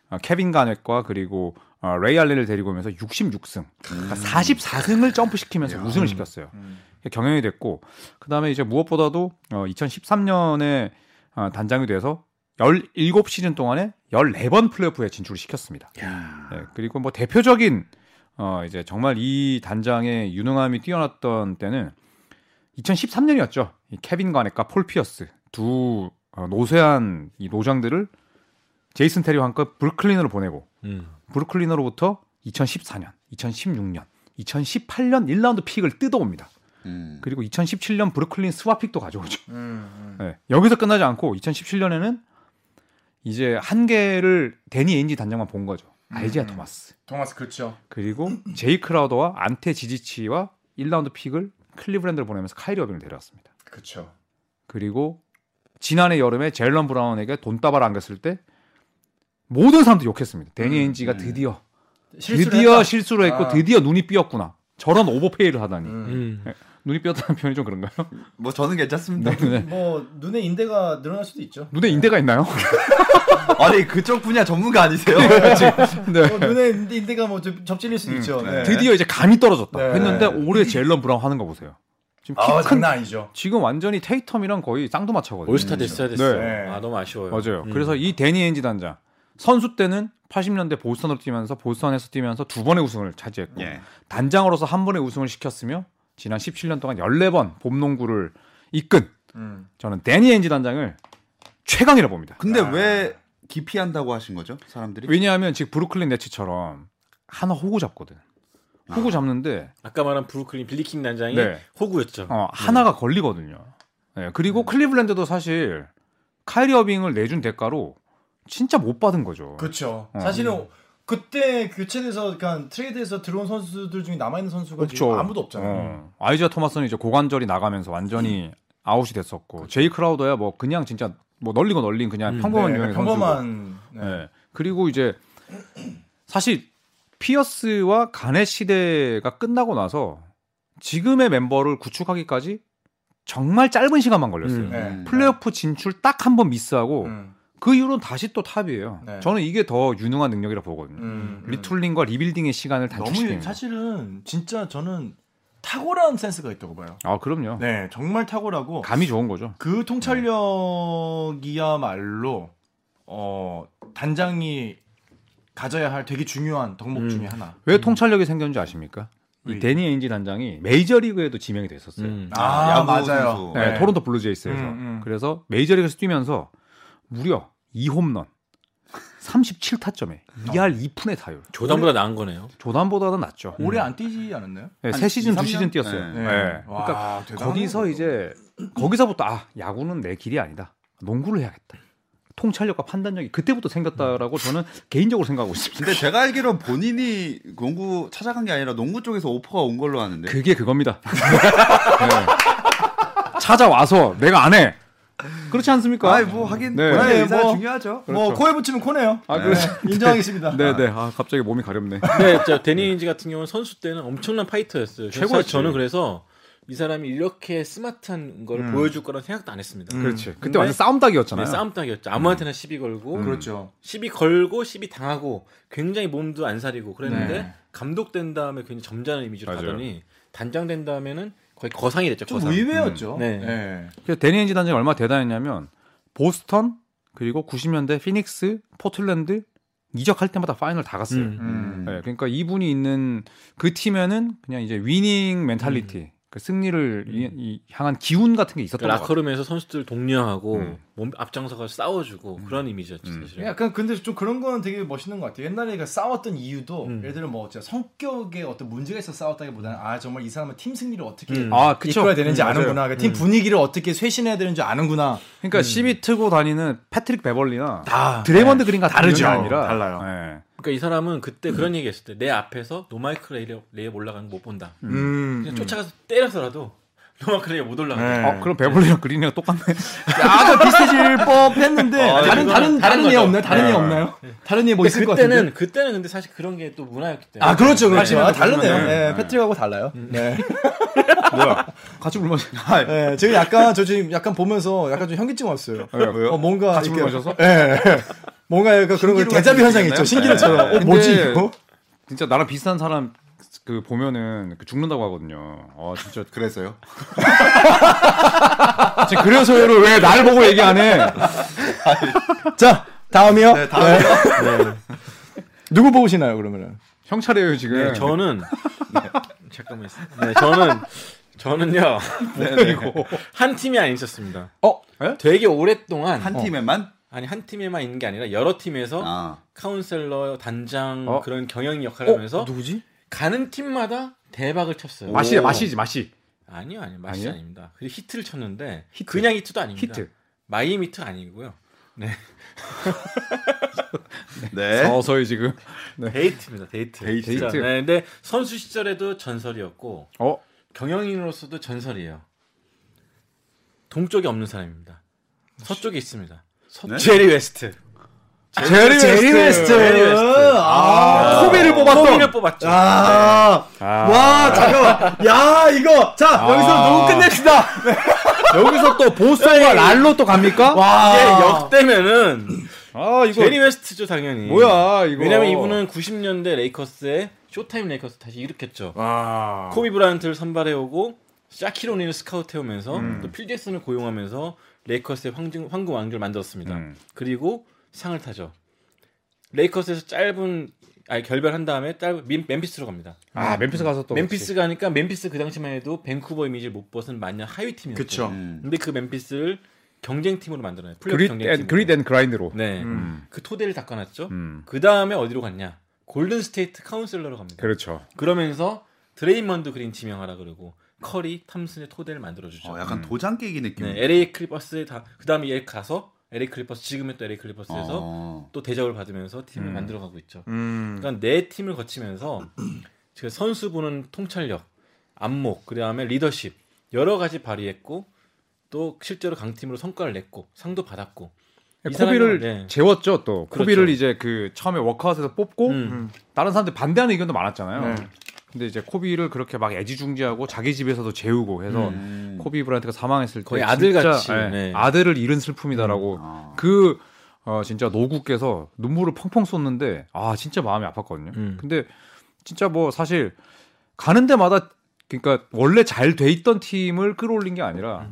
Speaker 4: 어, 케빈 가넷과 그리고 어, 레이 알렌을 데리고 오면서 66승, 그러니까 44승을 점프시키면서 우승을 시켰어요. 경영이 됐고 그다음에 이제 무엇보다도 어, 2013년에 어, 단장이 돼서 17시즌 동안에 14번 플레이오프에 진출을 시켰습니다. 네, 그리고 뭐 대표적인 어 이제 정말 이 단장의 유능함이 뛰어났던 때는 2013년이었죠. 이 케빈 가넷과 폴 피어스 두 어, 노쇠한 이 노장들을 제이슨 테리와 함께 브루클린으로 보내고
Speaker 6: 음.
Speaker 4: 브루클린으로부터 2014년, 2016년, 2018년 1라운드 픽을 뜯어옵니다.
Speaker 3: 음.
Speaker 4: 그리고 2017년 브루클린 스와픽도 가져오죠.
Speaker 5: 음, 음.
Speaker 4: 네, 여기서 끝나지 않고 2017년에는 이제 한 개를 데니 에인지 단장만 본 거죠.
Speaker 5: 음.
Speaker 4: 알지아 토마스.
Speaker 5: 토마스 그렇죠.
Speaker 4: 그리고 제이 크라우더와 안테 지지치와 1라운드 픽을 클리브랜드로 보내면서 카이리 어빙을 데려왔습니다.
Speaker 5: 그렇죠.
Speaker 4: 그리고 지난해 여름에 제일런 브라운에게 돈다발 안겼을 때 모든 사람들이 욕했습니다. 데니
Speaker 5: 음,
Speaker 4: 엔지가 드디어
Speaker 5: 실수를
Speaker 4: 드디어
Speaker 5: 했다.
Speaker 4: 실수를 했고
Speaker 5: 아.
Speaker 4: 드디어 눈이 삐었구나. 저런 오버페이를 하다니.
Speaker 5: 음.
Speaker 6: 음.
Speaker 4: 네. 눈이 삐었다는 표현이 좀 그런가요?
Speaker 3: 뭐 저는 괜찮습니다.
Speaker 4: 눈에,
Speaker 5: 뭐 눈에 인대가 늘어날 수도 있죠.
Speaker 4: 눈에 인대가 있나요?
Speaker 3: 아니 그쪽 분야 전문가 아니세요?
Speaker 4: 네.
Speaker 5: 뭐 눈에 인대- 인대가 뭐 접- 접질릴 수도 있죠.
Speaker 3: 네.
Speaker 4: 드디어 이제 감이 떨어졌다
Speaker 5: 네.
Speaker 4: 했는데 올해 제일런 브라운 하는 거 보세요. 지금 키
Speaker 5: 아,
Speaker 4: 큰-
Speaker 5: 장난 아니죠.
Speaker 4: 지금 완전히 테이텀이랑 거의 쌍두마차거든요.
Speaker 6: 올스타 됐어야 됐어.
Speaker 5: 네.
Speaker 6: 아 너무 아쉬워요.
Speaker 4: 맞아요.
Speaker 6: 음.
Speaker 4: 그래서 이 데니 엔지 단장 선수 때는 80년대 보스턴으로 뛰면서 보스턴에서 뛰면서 두 번의 우승을 차지했고
Speaker 3: 예.
Speaker 4: 단장으로서 한 번의 우승을 시켰으며 지난 17년 동안 14번 봄농구를 이끈
Speaker 5: 음.
Speaker 4: 저는 데니 엔지 단장을 최강이라 봅니다.
Speaker 3: 근데 왜 기피한다고 하신 거죠? 사람들이?
Speaker 4: 왜냐하면 지금 브루클린 네츠처럼 하나 호구 잡거든. 호구 잡는데
Speaker 6: 아까 말한 브루클린 빌리킹 난장이
Speaker 4: 네.
Speaker 6: 호구였죠.
Speaker 4: 어, 하나가 걸리거든요. 예, 그리고 클리블랜드도 사실 카이리 어빙을 내준 대가로 진짜 못 받은 거죠.
Speaker 5: 그렇죠.
Speaker 4: 어.
Speaker 5: 사실은 그때 교체돼서 그러니까 트레이드에서 들어온 선수들 중에 남아 있는 선수가
Speaker 4: 없죠.
Speaker 5: 지금 아무도 없잖아요. 음.
Speaker 4: 어, 아이자 토마스는 이제 고관절이 나가면서 완전히 아웃이 됐었고
Speaker 5: 그렇죠.
Speaker 4: 제이 크라우더야 뭐 그냥 진짜 뭐 널리고 널린 그냥
Speaker 6: 음,
Speaker 4: 평범한
Speaker 5: 네,
Speaker 4: 유형의 선수고.
Speaker 5: 평범한 네.
Speaker 4: 예. 그리고 이제 사실 피어스와 가넷 시대가 끝나고 나서 지금의 멤버를 구축하기까지 정말 짧은 시간만 걸렸어요.
Speaker 6: 음.
Speaker 5: 네.
Speaker 3: 음.
Speaker 4: 플레이오프 진출 딱 한 번 미스하고
Speaker 5: 음,
Speaker 4: 그 이후로는 다시 또 탑이에요.
Speaker 5: 네.
Speaker 4: 저는 이게 더 유능한 능력이라 보거든요.
Speaker 5: 음, 음.
Speaker 4: 리툴링과 리빌딩의 시간을 단축시키는.
Speaker 5: 너무
Speaker 4: 거.
Speaker 5: 사실은 진짜 저는 탁월한 센스가 있다고 봐요.
Speaker 4: 아 그럼요.
Speaker 5: 네, 정말 탁월하고
Speaker 4: 감이 좋은 거죠.
Speaker 5: 그 통찰력이야말로 어 단장이 가져야 할 되게 중요한 덕목
Speaker 6: 음.
Speaker 5: 중에 하나.
Speaker 4: 왜 통찰력이 생겼는지 아십니까? 이
Speaker 5: 왜?
Speaker 4: 데니 에인지 단장이 메이저리그에도 지명이 됐었어요.
Speaker 6: 음.
Speaker 5: 아,
Speaker 3: 야구
Speaker 5: 맞아요.
Speaker 3: 선수.
Speaker 4: 네,
Speaker 5: 네.
Speaker 4: 토론토 블루제이스에서.
Speaker 5: 음, 음.
Speaker 4: 그래서 메이저리그에서 뛰면서 무려 2홈런, 37타점에 2할 2푼의 타율.
Speaker 6: 조단보다 나은 거네요.
Speaker 4: 조단보다는 낫죠.
Speaker 5: 오래 안 뛰지 않았나요?
Speaker 4: 네,
Speaker 3: 한
Speaker 4: 3시즌,
Speaker 3: 2, 3년?
Speaker 4: 2시즌 뛰었어요.
Speaker 3: 네.
Speaker 4: 음. 네.
Speaker 5: 와,
Speaker 4: 그러니까
Speaker 5: 대단하네요,
Speaker 4: 거기서
Speaker 5: 그것도.
Speaker 4: 이제 거기서부터 아 야구는 내 길이 아니다. 농구를 해야겠다. 통찰력과 판단력이 그때부터 생겼다라고 저는 개인적으로 생각하고 있습니다.
Speaker 3: 근데 제가 알기로는 본인이 농구 찾아간 게 아니라 농구 쪽에서 오퍼가 온 걸로 아는데.
Speaker 4: 그게 그겁니다. 네. 찾아와서 내가 안 해. 그렇지 않습니까?
Speaker 3: 아이 뭐 하긴
Speaker 4: 네.
Speaker 3: 본인의
Speaker 5: 네,
Speaker 3: 의사가
Speaker 5: 뭐.
Speaker 3: 중요하죠.
Speaker 6: 그렇죠.
Speaker 5: 뭐 코에 붙이면 코네요.
Speaker 4: 아, 그렇죠.
Speaker 5: 네, 인정하겠습니다.
Speaker 4: 네네. 아 갑자기 몸이 가렵네.
Speaker 6: 근데 진짜 데니인지 같은 경우는 선수 때는 엄청난 파이터였어요. 그래서
Speaker 4: 최고였지.
Speaker 6: 저는 그래서 이 사람이 이렇게 스마트한 걸 보여줄 거란 생각도 안 했습니다.
Speaker 4: 음. 그렇지. 그때
Speaker 6: 근데- 네,
Speaker 4: 완전 네. 싸움 닭이었잖아요. 음.
Speaker 6: 싸움 딱이었죠. 아무한테나 시비 걸고
Speaker 5: 그렇죠.
Speaker 6: 시비 걸고 시비 당하고 굉장히 몸도 안 사리고 그랬는데
Speaker 5: 네.
Speaker 6: 감독 된 다음에 굉장히 점잖은 이미지로
Speaker 4: 맞아요.
Speaker 6: 가더니 단장 된 다음에는 거의 거상이 됐죠.
Speaker 5: 좀
Speaker 6: 거상.
Speaker 5: 의외였죠.
Speaker 6: 음. 네.
Speaker 5: 네.
Speaker 4: 그래서 데니엔지 단장이 얼마 나 대단했냐면 보스턴 그리고 90년대 피닉스, 포틀랜드 이적할 때마다 파이널 다 갔어요.
Speaker 6: 음.
Speaker 5: 음.
Speaker 4: 네, 그러니까 이분이 있는 그 팀에는 그냥 이제 위닝 멘탈리티 그 승리를 이- 이 향한 기운 같은 게 있었던 것 같아요.
Speaker 6: 라커룸에서 선수들 독려하고
Speaker 4: 음.
Speaker 6: 몸 앞장서가 싸워주고 그런 이미지였죠
Speaker 3: 음.
Speaker 6: 사실.
Speaker 5: 약간 근데 좀 그런 거는 되게 멋있는 것 같아요. 옛날에 그 싸웠던 이유도
Speaker 6: 음.
Speaker 5: 예를 들어 뭐 진짜 성격에 어떤 문제가 있어 싸웠다기보다는 아 정말 이 사람은 팀 승리를 어떻게
Speaker 6: 음.
Speaker 4: 아, 그쵸.
Speaker 5: 이끌어야 되는지
Speaker 4: 음, 맞아요.
Speaker 5: 아는구나. 그팀 분위기를 어떻게 쇄신해야 되는지 아는구나.
Speaker 4: 그러니까 시비 트고 다니는 패트릭 베벌리나
Speaker 5: 음. 다 네.
Speaker 4: 드레먼드 그린 같은
Speaker 5: 다르죠.
Speaker 4: 이런 게 아니라
Speaker 5: 달라요.
Speaker 4: 예.
Speaker 6: 그러니까 이 사람은 그때
Speaker 5: 음.
Speaker 6: 그런 얘기했을 때 내 앞에서 노마이크 레이에, 레이에 올라가는 거 못 본다.
Speaker 5: 음.
Speaker 6: 그냥 쫓아가서 때려서라도 노마이크 레이에 못 올라간다.
Speaker 5: 네.
Speaker 4: 어, 그럼 베벌리랑 그린이랑 똑같네.
Speaker 5: 아까 비슷해질 어, 법했는데
Speaker 6: 아,
Speaker 5: 다른
Speaker 6: 이거는 다른
Speaker 5: 다른 다른 애
Speaker 6: 거죠.
Speaker 5: 없나요? 다른 애 없나요? 다른 애 뭐 있을 것 같은데.
Speaker 6: 그때는 그때는 근데 사실 그런 게 또 문화였기 때문에.
Speaker 5: 아 그렇죠 그렇죠
Speaker 6: 사실은
Speaker 5: 아, 다르네요
Speaker 6: 그런 거는
Speaker 5: 예, 패트릭하고 달라요
Speaker 6: 음.
Speaker 5: 네.
Speaker 4: 뭐야? 같이 물 마시. 아, 예.
Speaker 5: 예, 지금 약간 저 지금 약간 보면서 약간 좀 현기증 왔어요
Speaker 4: 왜요?
Speaker 5: 어, 뭔가
Speaker 4: 같이 물
Speaker 5: 이렇게-
Speaker 4: 마셔서?
Speaker 5: 예. 뭔가 약간 그런 거
Speaker 3: 신기루
Speaker 5: 대자비
Speaker 3: 같은
Speaker 5: 현상
Speaker 3: 느낌이었나요?
Speaker 5: 있죠. 신기루처럼. 어,
Speaker 4: 네.
Speaker 5: 뭐지
Speaker 4: 근데
Speaker 5: 이거?
Speaker 4: 진짜 나랑 비슷한 사람 그 보면은 그 죽는다고 하거든요. 아 진짜
Speaker 2: 그래서요?
Speaker 4: 지금 그래서요를 왜 나를 보고 얘기 안 해?
Speaker 5: 자, 다음이요.
Speaker 3: 네, 다음이요.
Speaker 5: 네. 누구 보시나요, 그러면은?
Speaker 4: 형차례예요 지금.
Speaker 6: 네, 저는 잠깐만 있어. 네, 저는 저는요 한 팀이 아니 있었습니다.
Speaker 5: 네, 어?
Speaker 6: 되게 오랫동안 어,
Speaker 3: 한 팀에만?
Speaker 6: 아니 한 팀에만 있는 게 아니라 여러 팀에서
Speaker 3: 아.
Speaker 6: 카운셀러, 단장
Speaker 4: 어?
Speaker 6: 그런 경영 역할을 하면서
Speaker 5: 누구지?
Speaker 6: 가는 팀마다 대박을 쳤어요.
Speaker 4: 마시 마시지 마시.
Speaker 6: 아니요, 아니요, 마시
Speaker 4: 뭐? 아니에요?
Speaker 6: 아닙니다. 그리고 히트를 쳤는데 그냥 히트도 아닙니다.
Speaker 4: 히트.
Speaker 6: 마이애미 히트 아니고요.
Speaker 3: 네.
Speaker 4: 서서히 지금.
Speaker 6: 데이트입니다. 데이트.
Speaker 3: 데이트.
Speaker 6: 진짜.
Speaker 4: 데이트.
Speaker 6: 네, 근데 선수 시절에도 전설이었고
Speaker 4: 어
Speaker 6: 경영인으로서도 전설이에요. 동쪽에 없는 사람입니다. 서쪽에 있습니다. 서...
Speaker 3: 네?
Speaker 6: 제리 웨스트.
Speaker 5: 제리, 제리 웨스트.
Speaker 6: 제리 웨스트.
Speaker 5: 아, 코비를 뽑았어.
Speaker 6: 코비를 뽑았죠.
Speaker 5: 아, 와, 잠깐만. 야, 이거. 자, 여기서 누구 끝냅시다.
Speaker 4: 네. 여기서 또 보스와 랄로 또 갑니까?
Speaker 5: 와.
Speaker 6: 이게 역대면은
Speaker 4: 아 이거
Speaker 6: 제리 웨스트죠 당연히.
Speaker 4: 뭐야 이거.
Speaker 6: 왜냐면 이분은 90년대 레이커스의 쇼타임 레이커스 다시 일으켰죠.
Speaker 4: 와.
Speaker 6: 코비 브라이언트를 선발해오고 샤키로니를 스카우트해오면서
Speaker 4: 음.
Speaker 6: 또 필잭슨을 고용하면서 레이커스의 황금, 황금 왕조를 만들었습니다.
Speaker 4: 음.
Speaker 6: 그리고 상을 타죠. 레이커스에서 짧은 아니 결별한 다음에 짧은 민- 멤피스로 갑니다.
Speaker 4: 아 멤피스 가서 또.
Speaker 6: 멤피스 가니까 멤피스 그 당시만 해도 밴쿠버 이미지를 못 벗은 마냥 하위 팀이었죠.
Speaker 5: 그쵸.
Speaker 3: 음.
Speaker 6: 근데 그 멤피스를 경쟁팀으로 만들어요. 플레이
Speaker 4: 그릿
Speaker 6: 경쟁팀.
Speaker 4: 앤 그릿 앤 그라인드로.
Speaker 6: 네.
Speaker 4: 음.
Speaker 6: 그 토대를 닦아놨죠.
Speaker 4: 음.
Speaker 6: 그 다음에 어디로 갔냐? 골든 스테이트 카운슬러로 갑니다.
Speaker 4: 그렇죠.
Speaker 6: 그러면서 드레이먼드 그린 지명하라 그러고 커리 탐슨의 토대를 만들어주죠.
Speaker 3: 어, 약간 도장 깨기 느낌.
Speaker 4: 그
Speaker 6: 네, LA 클리퍼스에 다 그다음에 얘 가서 LA 클리퍼스 지금의 또 LA 클리퍼스에서
Speaker 3: 어.
Speaker 6: 또 대접을 받으면서 팀을 만들어가고 있죠.
Speaker 4: 음.
Speaker 6: 그러니까 네 팀을 거치면서 제 선수 보는 통찰력, 안목, 그다음에 리더십 여러 가지 발휘했고 또 실제로 강팀으로 성과를 냈고 상도 받았고 이
Speaker 4: 코비를
Speaker 6: 사람이- 네.
Speaker 4: 재웠죠 또
Speaker 6: 그렇죠.
Speaker 4: 코비를 이제 그 처음에 워크아웃에서 뽑고
Speaker 6: 음.
Speaker 4: 다른 사람들 반대하는 의견도 많았잖아요. 근데 이제 코비를 그렇게 막 애지중지하고 자기 집에서도 재우고 해서
Speaker 3: 음.
Speaker 4: 코비 브라이트가 사망했을 때
Speaker 6: 거의
Speaker 4: 진짜,
Speaker 6: 아들같이,
Speaker 4: 예,
Speaker 6: 네. 음.
Speaker 4: 아들을 잃은 슬픔이다라고
Speaker 3: 아.
Speaker 4: 그 어, 진짜 노구께서 눈물을 펑펑 쏟는데 아 진짜 마음이 아팠거든요.
Speaker 6: 음.
Speaker 4: 근데 진짜 뭐 사실 가는 데마다 그러니까 원래 잘 돼 있던 팀을 끌어올린 게 아니라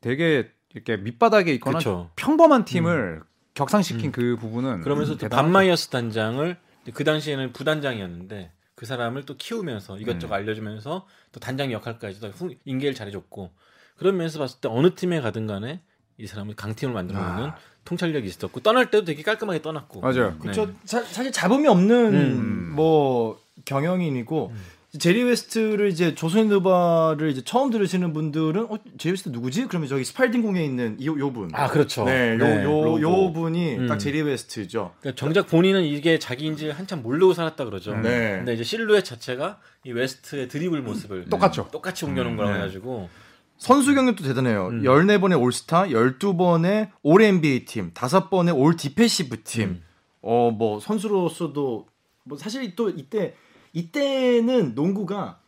Speaker 4: 되게 이렇게 밑바닥에
Speaker 6: 음.
Speaker 4: 있거나
Speaker 6: 그렇죠.
Speaker 4: 평범한 팀을 격상시킨 그 부분은
Speaker 6: 음. 그러면서 또
Speaker 4: 대단하죠.
Speaker 6: 반마이어스 단장을 그 당시에는 부단장이었는데 그 사람을 또 키우면서
Speaker 4: 음.
Speaker 6: 이것저것 알려주면서 또 단장 역할까지도 후- 인계를 잘해줬고 그러면서 봤을 때 어느 팀에 가든 간에 이 사람을 강팀을 만들어내는 통찰력이 있었고 떠날 때도 되게 깔끔하게 떠났고
Speaker 4: 아. 맞아요.
Speaker 6: 네.
Speaker 5: 그쵸. 사, 사실 잡음이 없는
Speaker 6: 음.
Speaker 5: 뭐 경영인이고 제리 웨스트를 이제 조선 누바를 이제 처음 들으시는 분들은 어 제리 웨스트 누구지? 그러면 저기 스팔딩 공에 있는 이 요 분.
Speaker 6: 아 그렇죠.
Speaker 5: 네,
Speaker 6: 네.
Speaker 5: 요 요 요 분이
Speaker 6: 음.
Speaker 5: 딱 제리 웨스트죠.
Speaker 6: 그러니까 정작 본인은 이게 자기인지 한참 모르고 살았다 그러죠.
Speaker 4: 음,
Speaker 5: 네.
Speaker 6: 근데 이제 실루엣 자체가 이 웨스트의 드리블 모습을
Speaker 4: 똑같죠. 음,
Speaker 6: 똑같이 옮겨놓은 거라
Speaker 5: 네.
Speaker 6: 해가지고
Speaker 5: 선수 경력도 대단해요.
Speaker 6: 음.
Speaker 5: 14번의 올스타, 12번의 올 NBA 팀, 5번의 올 디패시브 팀.
Speaker 6: 음.
Speaker 5: 어, 뭐 선수로서도 뭐 사실 또 이때 이때는 농구가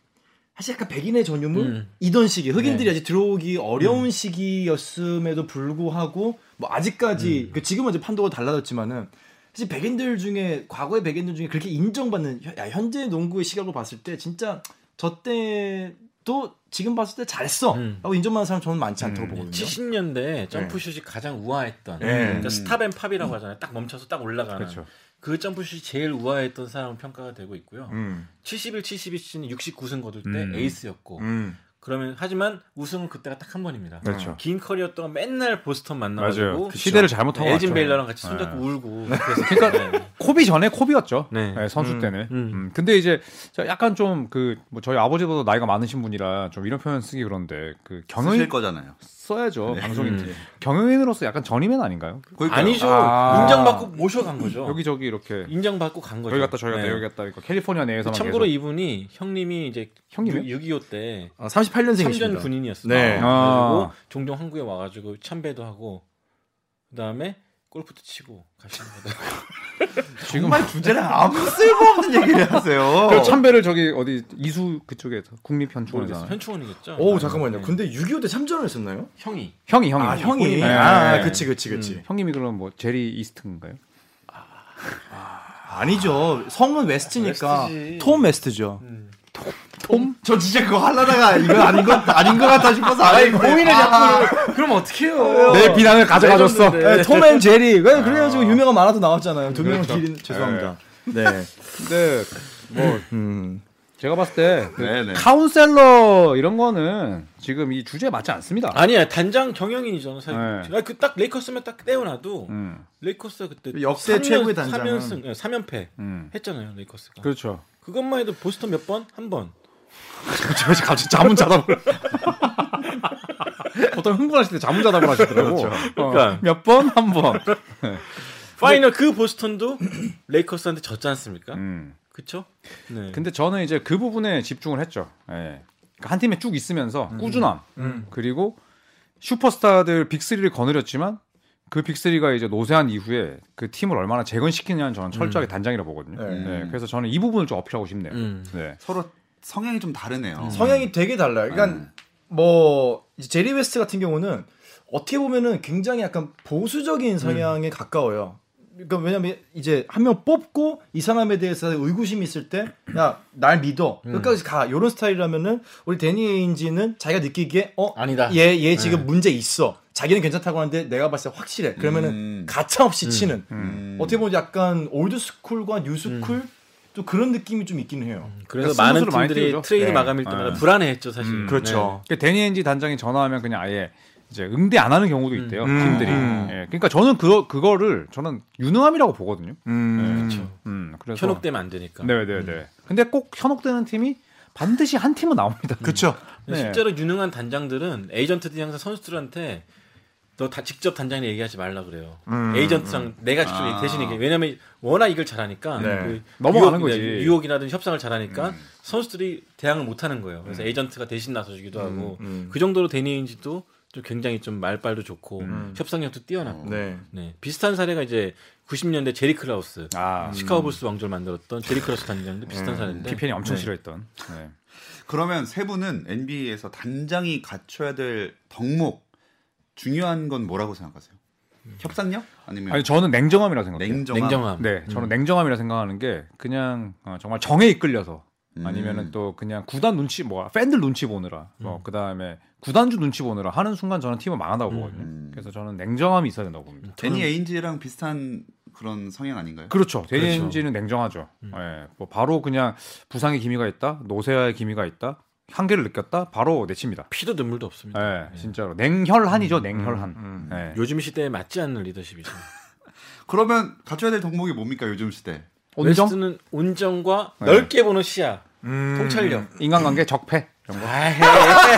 Speaker 5: 사실 약간 백인의 전유물
Speaker 6: 음.
Speaker 5: 이던 시기
Speaker 6: 네.
Speaker 5: 흑인들이
Speaker 6: 음.
Speaker 5: 아직 들어오기 어려운 시기였음에도 불구하고 뭐 아직까지
Speaker 6: 음.
Speaker 5: 그 지금은 이제 판도가 달라졌지만은 사실 백인들 중에 과거의 백인들 중에 그렇게 인정받는 현- 야, 현재 농구의 시각으로 봤을 때 진짜 저 때도 지금 봤을 때 잘했어
Speaker 6: 음.
Speaker 5: 라고 인정받는 사람 저는 많지 않다고 보거든요.
Speaker 6: 70년대 뭐 점프슛이
Speaker 4: 네.
Speaker 6: 가장 우아했던 그러니까 스탑앤팝이라고 하잖아요. 딱 멈춰서 딱 올라가는 그
Speaker 4: 음. 그렇죠.
Speaker 6: 점프슛이 제일 우아했던 사람은 평가가 되고 있고요.
Speaker 5: 음.
Speaker 6: 71, 72 시즌 69승 거둘 때
Speaker 4: 음.
Speaker 6: 에이스였고
Speaker 5: 음.
Speaker 6: 그러면 하지만 우승은 그때가 딱 한 번입니다.
Speaker 4: 그렇죠.
Speaker 6: 긴 커리어 동안 맨날 보스턴
Speaker 4: 맞아요.
Speaker 6: 만나가지고
Speaker 4: 그 시대를 잘못하고
Speaker 6: 엘진
Speaker 4: 왔죠.
Speaker 6: 베일러랑 같이 손잡고
Speaker 4: 네.
Speaker 6: 울고 그래서 네.
Speaker 4: 코비 전에 코비였죠.
Speaker 6: 네.
Speaker 4: 네, 선수
Speaker 5: 음,
Speaker 4: 때는.
Speaker 6: 음.
Speaker 4: 음, 근데 이제 저 약간 좀 그 뭐 저희 아버지보다 나이가 많으신 분이라 좀 이런 표현 쓰기 그런데 그
Speaker 3: 쓰실
Speaker 4: 경영인
Speaker 3: 거잖아요. 네.
Speaker 4: 써야죠 방송인
Speaker 6: 음.
Speaker 4: 경영인으로서 약간 전임은 아닌가요?
Speaker 3: 그러니까요.
Speaker 6: 아니죠.
Speaker 4: 아.
Speaker 6: 인정받고 모셔간 거죠.
Speaker 4: 여기 저기 이렇게
Speaker 6: 인정받고 간 거죠.
Speaker 4: 여기 갔다 저기 갔다
Speaker 6: 어. 네.
Speaker 4: 여기 갔다 그러니까 캘리포니아 내에서만
Speaker 6: 참고로
Speaker 4: 계속.
Speaker 6: 이분이 형님이 이제
Speaker 4: 형님이요?
Speaker 6: 6.25때
Speaker 5: 어, 38년생이십니다.
Speaker 6: 3년 군인이었어요.
Speaker 5: 네.
Speaker 4: 아.
Speaker 6: 그리고 종종 한국에 와가지고 참배도 하고 그다음에 골프도 치고 가시는 거죠.
Speaker 4: 지금
Speaker 3: 정말 주제랑 아무 쓸모없는 얘기를 하세요.
Speaker 5: 어. 그렇죠.
Speaker 4: 그 참배를 저기 어디 이수 그쪽에서 국립현충원에서
Speaker 6: 모르겠어요. 그러니까 현충원이겠죠.
Speaker 5: 오 잠깐만요.
Speaker 6: 네.
Speaker 5: 근데 6.25때 참전을 했었나요?
Speaker 6: 형이
Speaker 4: 형이 형이
Speaker 5: 아 형이.
Speaker 4: 네.
Speaker 5: 아
Speaker 4: 네.
Speaker 5: 그치 그치 그치.
Speaker 4: 형님이 그럼 뭐 제리 이스트인가요?
Speaker 5: 아니죠. 성은 웨스트니까
Speaker 6: 웨스트지.
Speaker 5: 톰 웨스트죠.
Speaker 2: 저 진짜 그거 하려다가 이거 아닌 것 아닌 것 같다 싶어서 안 했고
Speaker 6: 고민을 자꾸 그럼 어떻게 해요?
Speaker 4: 내 비난을 가져가줬어.
Speaker 5: 네, 톰앤 제리. 왜 그래가지고 유명한 만화도 나왔잖아요. 두 명을
Speaker 4: 그렇죠.
Speaker 5: 기린 죄송합니다. 네.
Speaker 4: 근데 뭐
Speaker 5: 음.
Speaker 4: 제가 봤을 때그
Speaker 3: 네네.
Speaker 4: 카운셀러 이런 거는 지금 이 주제에 맞지 않습니다.
Speaker 6: 아니야 단장 경영인이잖아 사실.
Speaker 4: 네.
Speaker 6: 제가 그딱 레이커스면 딱 떼어놔도
Speaker 4: 음,
Speaker 6: 레이커스 그때
Speaker 5: 역대 최고의 단장은.
Speaker 6: 3연승 네, 3연패
Speaker 4: 음.
Speaker 6: 했잖아요 레이커스가. 그...
Speaker 4: 그렇죠.
Speaker 6: 것만 해도 보스턴 몇 번? 한 번.
Speaker 4: 저 그렇죠. 갑자기 자문자답을 보통 흥분하실 때 자문자답을 하시더라고. 어.
Speaker 6: 그러니까.
Speaker 4: 몇 번 한 번.
Speaker 6: 파이널 그 보스턴도 레이커스한테 졌지 않습니까?
Speaker 4: 음.
Speaker 6: 그쵸? 네.
Speaker 4: 근데 저는 이제 그 부분에 집중을 했죠. 예. 그러니까 한 팀에 쭉 있으면서
Speaker 5: 음.
Speaker 4: 꾸준함 그리고 슈퍼스타들 빅3를 거느렸지만 그 빅3가 이제 노쇠한 이후에 그 팀을 얼마나 재건시키냐는 저는 철저하게 단장이라 보거든요.
Speaker 5: 네.
Speaker 4: 네, 그래서 저는 이 부분을 좀 어필하고 싶네요.
Speaker 6: 음.
Speaker 4: 네.
Speaker 3: 서로 성향이 좀 다르네요.
Speaker 5: 성향이 되게 달라요. 그러니까 뭐 이제 제리 웨스트 같은 경우는 어떻게 보면은 굉장히 약간 보수적인 성향에 가까워요. 그러니까 왜냐면 이제 한 명 뽑고 이 사람에 대해서 의구심이 있을 때 야 날 믿어 끝까지 가 이런 스타일이라면은 우리 데니 에인지는 자기가 느끼기에 어
Speaker 6: 아니다.
Speaker 5: 얘 얘 지금 문제 있어 자기는 괜찮다고 하는데 내가 봤을 때 확실해 그러면은
Speaker 3: 음.
Speaker 5: 가차 없이 치는
Speaker 3: 음.
Speaker 5: 어떻게 보면 약간 올드 스쿨과 뉴 스쿨 또 그런 느낌이 좀 있기는 해요.
Speaker 6: 그래서
Speaker 4: 그러니까
Speaker 6: 많은
Speaker 4: 승부수를 많이
Speaker 6: 팀들이
Speaker 4: 때리죠.
Speaker 6: 트레이드
Speaker 4: 네.
Speaker 6: 마감일 때마다
Speaker 4: 네.
Speaker 6: 불안해했죠, 사실.
Speaker 5: 그렇죠.
Speaker 4: 그러니까 데니엔지 단장이 전화하면 그냥 아예 이제 응대 안 하는 경우도 있대요
Speaker 5: 음.
Speaker 4: 팀들이.
Speaker 5: 음.
Speaker 4: 예, 그러니까 저는 그 그거를 저는 유능함이라고 보거든요.
Speaker 5: 음.
Speaker 6: 그렇죠.
Speaker 4: 음, 그래서
Speaker 6: 현혹되면 안 되니까.
Speaker 4: 네네네. 근데 꼭 현혹되는 팀이 반드시 한 팀은 나옵니다.
Speaker 5: 그렇죠.
Speaker 6: 근데
Speaker 4: 네.
Speaker 6: 실제로 유능한 단장들은 에이전트들이 항상 선수들한테 너 다 직접 단장이 얘기하지 말라 그래요.
Speaker 4: 음,
Speaker 6: 에이전트랑 내가 직접
Speaker 3: 아.
Speaker 6: 대신 얘기해. 왜냐면 워낙 이걸 잘하니까
Speaker 5: 네.
Speaker 6: 그
Speaker 4: 넘어가는
Speaker 6: 유혹,
Speaker 4: 거지. 음.
Speaker 6: 네, 유혹이라든지 협상을 잘하니까 선수들이 대항을 못 하는 거예요. 그래서 에이전트가 대신 나서주기도 하고
Speaker 5: 음.
Speaker 6: 그 정도로 데니인지도 좀 굉장히 좀 말빨도 좋고
Speaker 5: 음.
Speaker 6: 협상력도 뛰어나고.
Speaker 5: 네.
Speaker 6: 네. 비슷한 사례가 이제 90년대 제리 클라우스
Speaker 4: 아, 음.
Speaker 6: 시카고 불스 왕조를 만들었던 제리 클라우스 단장도 비슷한 사례인데
Speaker 4: 비펜이 엄청
Speaker 6: 네.
Speaker 4: 싫어했던. 네.
Speaker 3: 그러면 세 분은 NBA에서 단장이 갖춰야 될 덕목 중요한 건 뭐라고 생각하세요? 협상력?
Speaker 6: 네.
Speaker 3: 아니면
Speaker 4: 아니 저는 냉정함이라 생각해요.
Speaker 3: 냉정함?
Speaker 6: 냉정함.
Speaker 4: 네, 저는 냉정함이라 생각하는 게 그냥 어, 정말 정에 이끌려서
Speaker 3: 음.
Speaker 4: 아니면은 또 그냥 구단 눈치 뭐 팬들 눈치 보느라 뭐 그다음에 구단주 눈치 보느라 하는 순간 저는 팀을
Speaker 6: 음.
Speaker 4: 망한다고 보거든요. 그래서 저는 냉정함이 있어야 된다고 봅니다.
Speaker 3: 데니 에인지랑 비슷한 그런 성향 아닌가요?
Speaker 4: 그렇죠. 대인지는 냉정하죠.
Speaker 6: 음.
Speaker 4: 예, 뭐 바로 그냥 부상의 기미가 있다, 노세아의 기미가 있다, 한계를 느꼈다, 바로 내칩니다.
Speaker 6: 피도 눈물도 없습니다.
Speaker 4: 예, 진짜로 냉혈한이죠, 냉혈한. 예.
Speaker 6: 요즘 시대에 맞지 않는 리더십이죠.
Speaker 3: 그러면 갖춰야 될 덕목이 뭡니까 요즘 시대?
Speaker 4: 온정, 네.
Speaker 6: 웨스트는 온정과 넓게 보는 시야, 통찰력.
Speaker 4: 인간관계, 적폐 이런 거. 네.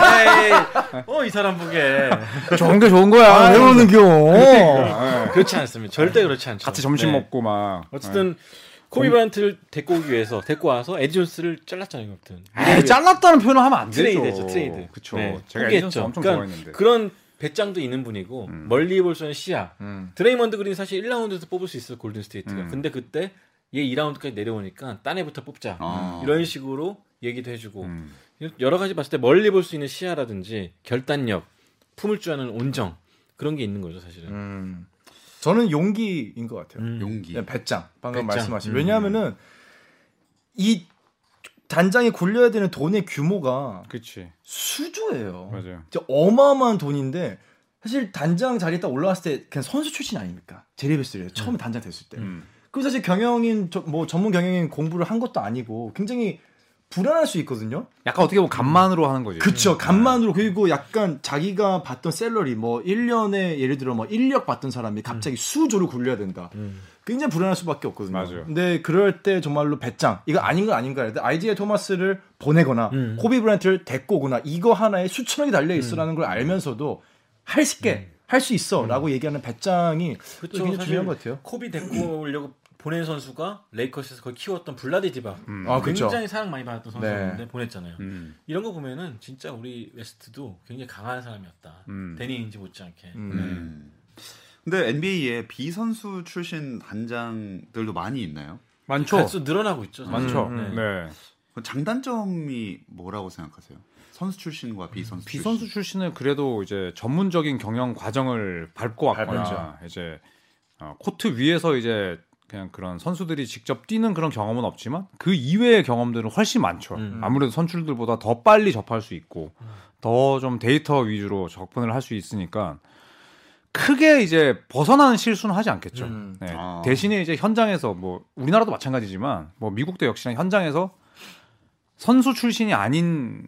Speaker 6: 네. 어이 사람 보게
Speaker 4: 좋은 게 좋은 거야.
Speaker 6: 그러니까.
Speaker 5: 배우는 겨.
Speaker 6: 그렇지 않습니다. 절대 그렇지 않죠.
Speaker 4: 같이 점심
Speaker 6: 그러니까. 네.
Speaker 4: 먹고 네. 막.
Speaker 6: 어쨌든 코비 브라이트를 데리고 오기 위해서 데리고 와서 에디존스를 잘랐잖아요, 아무튼.
Speaker 4: 에이, 잘랐다는 표현을 하면 안 되죠.
Speaker 6: 트레이드죠, 트레이드.
Speaker 4: 그쵸.
Speaker 6: 네,
Speaker 4: 제가
Speaker 6: 포기했죠.
Speaker 4: 에디슨 엄청
Speaker 6: 그러니까
Speaker 4: 좋아했는데. 음.
Speaker 6: 그런 배짱도 있는 분이고 멀리 볼 수 있는 시야. 드레이먼드 그린 사실 1라운드에서 뽑을 수 있어 골든
Speaker 4: 음.
Speaker 6: 스테이트가. 근데 그때 얘 2라운드까지 내려오니까 딴 애부터 뽑자.
Speaker 5: 어.
Speaker 3: 아.
Speaker 6: 음, 이런 식으로 얘기도 해주고
Speaker 5: 음.
Speaker 6: 여러 가지 봤을 때 멀리 볼 수 있는 시야라든지 결단력, 품을 줄 아는 온정 그런 게 있는 거죠 사실은.
Speaker 5: 음. 저는 용기인 것 같아요.
Speaker 6: 음.
Speaker 3: 용기.
Speaker 5: 그냥 배짱 방금
Speaker 6: 배짱.
Speaker 5: 말씀하신. 왜냐하면은 이 단장에 굴려야 되는 돈의 규모가
Speaker 4: 그치.
Speaker 6: 어.
Speaker 5: 수조예요.
Speaker 4: 맞아요.
Speaker 5: 진짜 어마어마한 돈인데 사실 단장 자리에 딱 올라왔을 때 그냥 선수 출신 아닙니까? 제리베스를 처음 에 단장 됐을 때.
Speaker 4: 음.
Speaker 5: 그리고 사실 경영인 저- 뭐 전문 경영인 공부를 한 것도 아니고 굉장히 불안할 수 있거든요.
Speaker 4: 약간 어떻게 보면 간만으로 하는
Speaker 6: 네.
Speaker 4: 거죠.
Speaker 5: 그쵸. 간만으로 그리고 약간 자기가 받던 셀러리 뭐 1년에 예를 들어 뭐 인력 받던 사람이
Speaker 6: 음.
Speaker 5: 갑자기 수조로 굴려야 된다. 굉장히 불안할 수밖에 없거든요.
Speaker 4: 맞아요.
Speaker 5: 근데 그럴 때 정말로 배짱 이거 아닌 건 아닌가 해야 돼. 아이디의 토마스를 보내거나
Speaker 6: 음.
Speaker 5: 코비 브랜트를 데리고 오거나 이거 하나에 수천억이 달려 있어라는 걸 알면서도 할 수 있게 할 수 있어라고 얘기하는 배짱이
Speaker 6: 음. 그쵸,
Speaker 5: 굉장히
Speaker 6: 사실
Speaker 5: 중요한 것 같아요.
Speaker 6: 코비 데리고 오려고 보낸 선수가 레이커스에서 거의 키웠던 블라디디바
Speaker 5: 아 그렇죠.
Speaker 6: 음. 굉장히 사랑 많이 받았던 선수였는데 보냈잖아요.
Speaker 4: 음.
Speaker 6: 이런 거 보면은 진짜 우리 웨스트도 굉장히 강한 사람이었다.
Speaker 4: 음.
Speaker 6: 데니인지 못지않게.
Speaker 3: 음. 근데 NBA에 비선수 출신 단장들도 많이 있나요?
Speaker 4: 많죠.
Speaker 6: 갈수 늘어나고 있죠. 사실.
Speaker 4: 많죠.
Speaker 6: 네.
Speaker 4: 네.
Speaker 3: 그 장단점이 뭐라고 생각하세요? 선수 출신과 비선수 출신.
Speaker 4: 비선수 출신은 그래도 이제 전문적인 경영 과정을 밟고 왔거나 이제 어, 코트 위에서 이제 그냥 그런 선수들이 직접 뛰는 그런 경험은 없지만 그 이외의 경험들은 훨씬 많죠.
Speaker 6: 음.
Speaker 4: 아무래도 선출들보다 더 빨리 접할 수 있고 더 좀 데이터 위주로 접근을 할 수 있으니까 크게 이제 벗어나는 실수는 하지 않겠죠.
Speaker 5: 음.
Speaker 4: 네.
Speaker 3: 아.
Speaker 4: 대신에 이제 현장에서 뭐 우리나라도 마찬가지지만 뭐 미국도 역시나 현장에서 선수 출신이 아닌